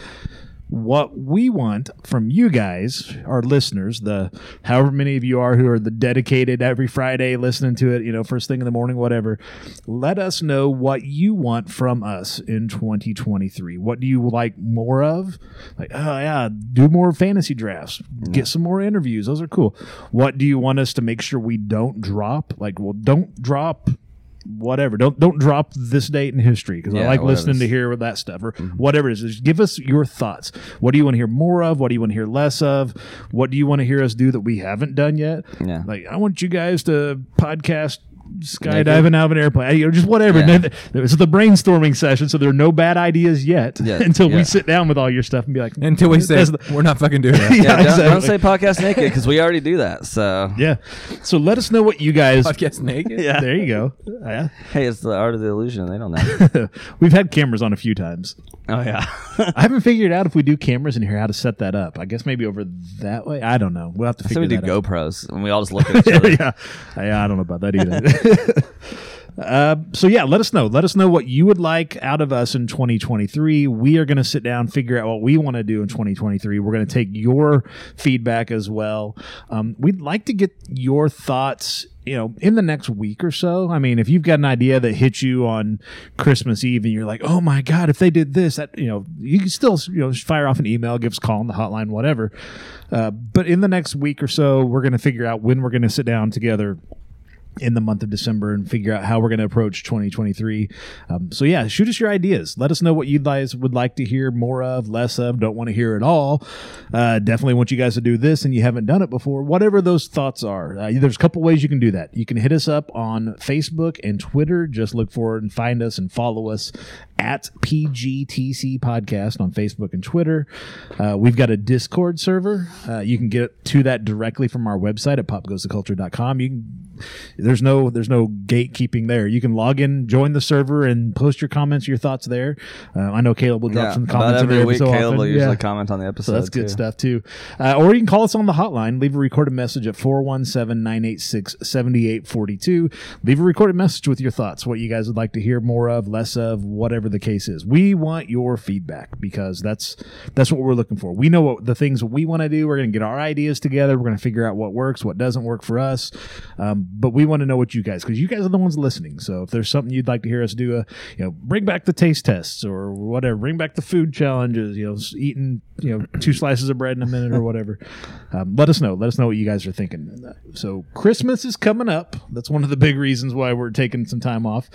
What we want from you guys, our listeners, the however many of you are who are the dedicated every Friday listening to it, you know, first thing in the morning, whatever, let us know what you want from us in 2023. What do you like more of? Like, oh, yeah, do more fantasy drafts, get some more interviews. Those are cool. What do you want us to make sure we don't drop? Like, well, don't drop whatever. Don't don't drop this date in history because I Yeah, like whatever. listening to hear that stuff or Mm-hmm. whatever it is. Just give us your thoughts. What do you want to hear more of? What do you want to hear less of? What do you want to hear us do that we haven't done yet? Yeah. Like I want you guys to podcast skydiving out of an airplane, you know, just whatever. Yeah. Then- It's the brainstorming session, so there are no bad ideas yet Yeah, until we yeah. sit down with all your stuff and be like, Until we say "That's the- we're not fucking doing that. yeah, yeah, don't, don't exactly. say podcast naked because we already do that. So yeah. So let us know what you guys. Podcast naked. Yeah. There you go. Yeah. hey, it's the art of the illusion. They don't know. We've had cameras on a few times. Oh yeah. I haven't figured out if we do cameras in here how to set that up. I guess maybe over that way. I don't know. We'll have to so figure we do that out. GoPros and we all just look at each other. yeah, yeah, I don't know about that either. Uh, so yeah, let us know. Let us know what you would like out of us in 2023. We are going to sit down, figure out what we want to do in 2023. We're going to take your feedback as well. Um, we'd like to get your thoughts. You know, in the next week or so. I mean, if you've got an idea that hits you on Christmas Eve and you're like, "Oh my God, if they did this," that you know, you can still you know just fire off an email, give us a call on the hotline, whatever. Uh, but in the next week or so, we're going to figure out when we're going to sit down together in the month of December and figure out how we're going to approach 2023. Um, so yeah, shoot us your ideas. Let us know what you guys would like to hear more of, less of. Don't want to hear it all. Uh, definitely want you guys to do this, and you haven't done it before. Whatever those thoughts are, uh, there's a couple ways you can do that. You can hit us up on Facebook and Twitter. Just look for it and find us and follow us at PGTC Podcast on Facebook and Twitter. Uh, we've got a Discord server. Uh, you can get to that directly from our website at popgoestheculture.com. You can there's no there's no gatekeeping there. You can log in, join the server, and post your comments, your thoughts there. Uh, I know Caleb will drop Yeah, some about comments in every there week. so Caleb often. will usually Yeah. comment on the episode. So that's good too. stuff too. Uh, or you can call us on the hotline. Leave a recorded message at 417 986 7842. Leave a recorded message with your thoughts, what you guys would like to hear more of, less of, whatever the case is. We want your feedback because that's that's what we're looking for. We know what the things we want to do. We're going to get our ideas together. We're going to figure out what works, what doesn't work for us. Um, but we want to know what you guys, because you guys are the ones listening. So if there's something you'd like to hear us do, a you know, bring back the taste tests or whatever, bring back the food challenges. You know, s- eating you know two slices of bread in a minute or whatever. Um, let us know. Let us know what you guys are thinking. So Christmas is coming up. That's one of the big reasons why we're taking some time off.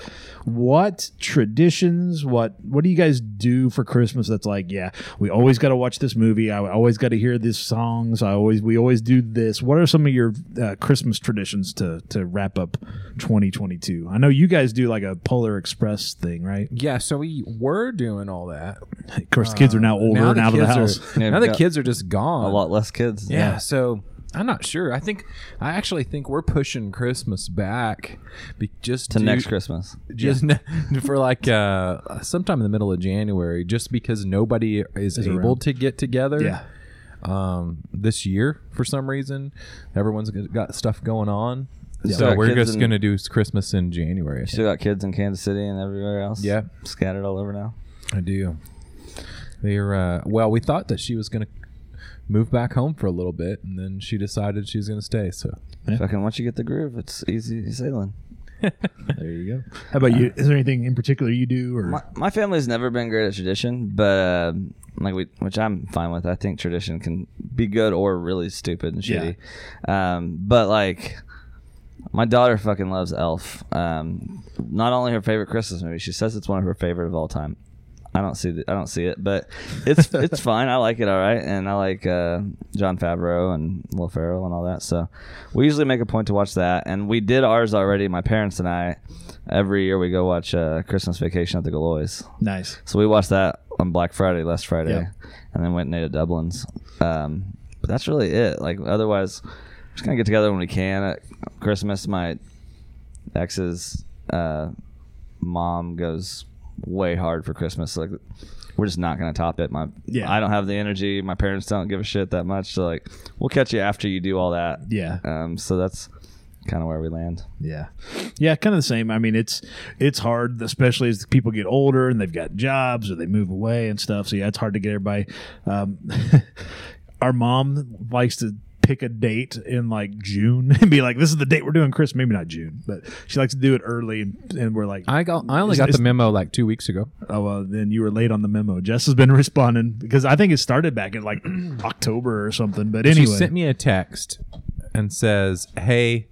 What traditions? What what do you guys do for Christmas? That's like, yeah, we always got to watch this movie. I always got to hear these songs. I always we always do this. What are some of your uh, Christmas traditions to to wrap up 2022? I know you guys do like a Polar Express thing, right? Yeah, so we were doing all that. Of course, the kids are now older Uh, now and the out of the kids are- house. Yeah, now the yeah. kids are just gone. A lot less kids. Yeah, so I'm not sure. I think I actually think we're pushing Christmas back, be, just To due- next Christmas. just for like uh, sometime in the middle of January, just because nobody is able around. to get together. Yeah. um, this year for some reason. Everyone's g- got stuff going on, So so our we're kids just in- gonna do s- Christmas in January. I Still got kids in Kansas City and everywhere else. Yeah. Scattered all over now. think. I do. They're uh, well. We thought that she was gonna move back home for a little bit, and then she decided she's gonna stay. So Fucking once you get the groove, it's easy sailing. There you go. Uh, How about you? Is there anything in particular you do, or My, my family's never been great at tradition, but uh, like we, which I'm fine with. I think tradition can be good or really stupid and Yeah. shitty. Um, but like, my daughter fucking loves Elf. Um, not only her favorite Christmas movie, she says it's one of her favorite of all time. I don't see the, I don't see it, but it's it's fine. I like it all right, and I like uh, John Favreau and Will Ferrell and all that. So we usually make a point to watch that, and we did ours already. My parents and I, every year we go watch uh, Christmas Vacation at the Galois. nice? So we watched that on Black Friday last Friday, Yeah. and then went and ate at Dublin's. Um, but that's really it. Like otherwise, we're just gonna get together when we can at Christmas. My ex's uh, mom goes way hard for Christmas. Like we're just not gonna top it. My Yeah. I don't have the energy. My parents don't give a shit that much. So like we'll catch you after you do all that. Yeah. Uh, Um, so that's kind of where we land. Yeah, yeah, kind of the same. I mean, it's it's hard, especially as people get older and they've got jobs or they move away and stuff. So yeah, it's hard to get everybody. Um, our mom likes to pick a date in like June and be like, "This is the date we're doing Christmas." Maybe not June, but she likes to do it early, and, and we're like, I got I only Is- got is- the memo like two weeks ago. "Oh well, then you were late on the memo." Jess has been responding because I think it started back in like October or something. But anyway, She sent me a text and says, "Hey,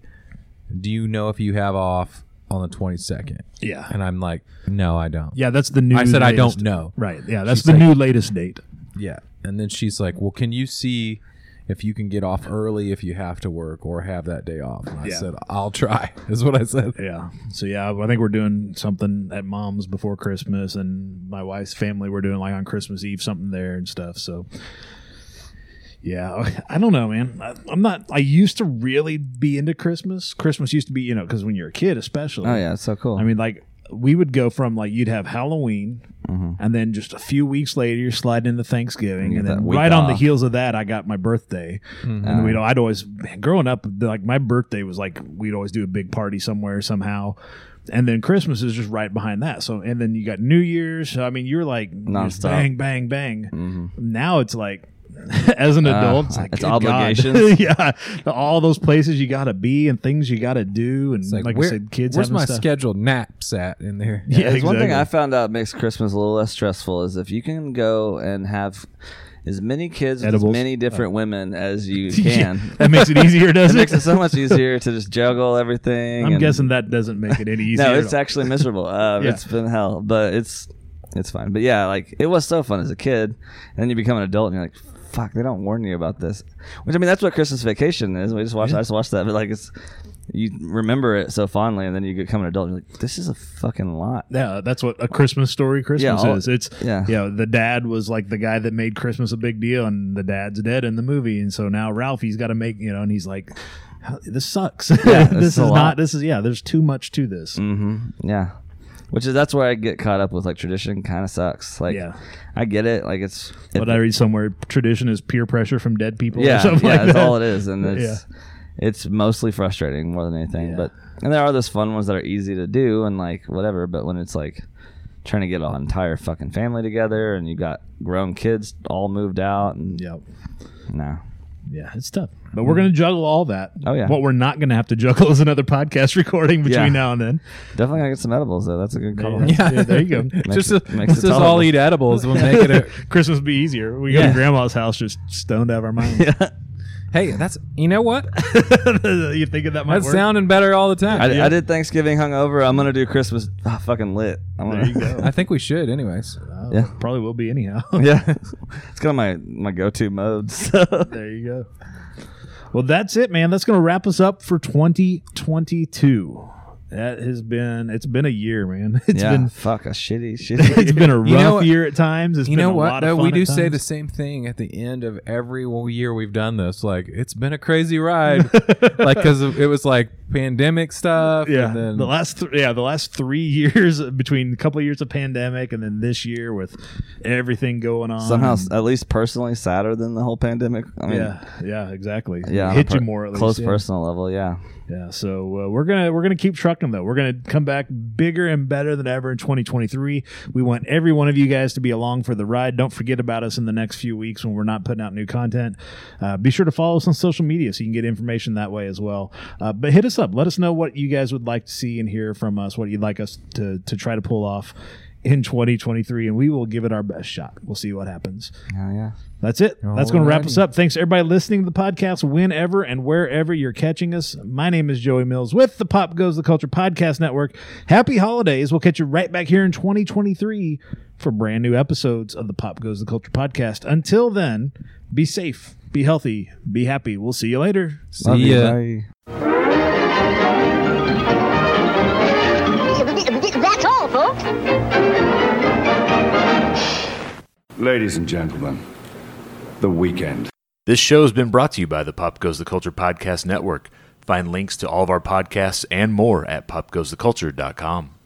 do you know if you have off on the 22nd?" yeah, And I'm like, "No, I don't." yeah, that's the new. I said, "I latest- don't know." Right, yeah, that's She's the like- new latest date. Yeah. And then she's like, Well, can you see if you can get off early if you have to work or have that day off? And I Yeah. said, I'll try, is what I said. Yeah. So yeah, I think we're doing something at mom's before Christmas, and my wife's family we're doing like on Christmas Eve something there and stuff. So yeah, I don't know, man. I, I'm not. I used to really be into Christmas. Christmas used to be, you know, because when you're a kid, especially. Oh yeah, it's so cool. I mean, like we would go from like you'd have Halloween, and then just a few weeks later you're sliding into Thanksgiving, Mm-hmm. You and get then that week right on the off. heels of that I got my birthday, and we'd I'd always growing up like my birthday was like we'd always do a big party somewhere somehow. and then Christmas is just right behind that. So and then you got New Year's. So, I mean, you're like just Nonstop. Mm-hmm. bang, bang, bang. Now it's like. As an Uh, adult, it's, like, it's good God. obligations. yeah, all those places you got to be and things you got to do, and It's like, I where- said, kids. Where's having my stuff. scheduled naps at in there? Yeah, There's one thing exactly. I found out makes Christmas a little less stressful is if you can go and have as many kids with Edibles? Uh, as many different women as you Yeah, can. that makes it easier, it doesn't it? makes it so much easier to just juggle everything. I'm and- guessing that doesn't make it any easier. No, at it's all. actually miserable. Uh, Yeah. It's been hell, but it's it's fine. But yeah, like it was so fun as a kid, and then you become an adult, and you're like, "Fuck, they don't warn you about this." Which I mean, that's what Christmas Vacation is. We just watched. I just watched that, but like it's you remember it so fondly, and then you become an adult, and you're like, "This is a fucking lot." Yeah, that's what a Christmas story Christmas all- is. It's yeah. yeah. you know, the dad was like the guy that made Christmas a big deal and the dad's dead in the movie and so now Ralphie's got to make, you know, and he's like "How- this sucks. this is it's a not lot. this is yeah, there's too much to this. Mm-hmm. Yeah. Which is that's where I get caught up with like tradition kind of sucks. Like, Yeah. I get it. Like it's it- But I read somewhere tradition is peer pressure from dead people or yeah, something yeah, like that's that. all it is, and it's it's mostly frustrating more than anything. Yeah. But and there are those fun ones that are easy to do and like whatever. But when it's like trying to get an entire fucking family together and you got grown kids all moved out and Yep. no, Yeah, it's tough. But we're going to juggle all that. Mm. Oh, yeah. What we're not going to have to juggle is another podcast recording between Yeah. now and then. definitely gotta get some edibles though. That's a good call. Yeah, there you go. just it- makes let's it just all tolerable. eat edibles. We'll make it. A, Christmas would be easier. We go to Yeah. grandma's house just stoned out of our mind. hey, that's you know what? you thinking that might That's work? sounding better all the time. I, I did Thanksgiving hungover. I'm gonna do Christmas ah, fucking lit. I'm there gonna, you go. I think we should, anyways. Uh, Yeah. Probably will be anyhow. yeah, it's kind of my my go to mode. So. there you go. Well, that's it, man. That's going to wrap us up for 2022. That has been it's been a year, man. It's yeah, been fuck a shitty, it's shitty. been a rough You know what- year at times. It's You been know a what? lot of Though fun we do at say the times. same thing at the end of every year we've done this. Like it's been a crazy ride, like because it was like pandemic stuff. Yeah, and then the last th- yeah the last three years between a couple of years of pandemic and then this year with everything going on. Somehow, s- at least personally, sadder than the whole pandemic. I mean, yeah, yeah, exactly. yeah, on a hit you per- more at least. close yeah. personal level. Yeah, Yeah, so uh, we're gonna we're gonna keep trucking though. We're gonna come back bigger and better than ever in 2023. We want every one of you guys to be along for the ride. Don't forget about us in the next few weeks when we're not putting out new content. Uh, be sure to follow us on social media so you can get information that way as well. Uh, but hit us up. Let us know what you guys would like to see and hear from us. What you'd like us to to try to pull off in 2023, and we will give it our best shot. We'll see what happens. yeah, yeah. That's it. That's going to wrap us Alrighty. up. Thanks everybody listening to the podcast whenever and wherever you're catching us. My name is Joey Mills with the Pop Goes the Culture Podcast Network. Happy holidays. We'll catch you right back here in 2023 for brand new episodes of the Pop Goes the Culture Podcast. Until then, be safe, be healthy, be happy. We'll see you later. Love See you. uh, ya. Bye. That's all, folks. Ladies and gentlemen, the weekend. This show has been brought to you by the Pop Goes the Culture Podcast Network. Find links to all of our podcasts and more at popgoestheculture.com.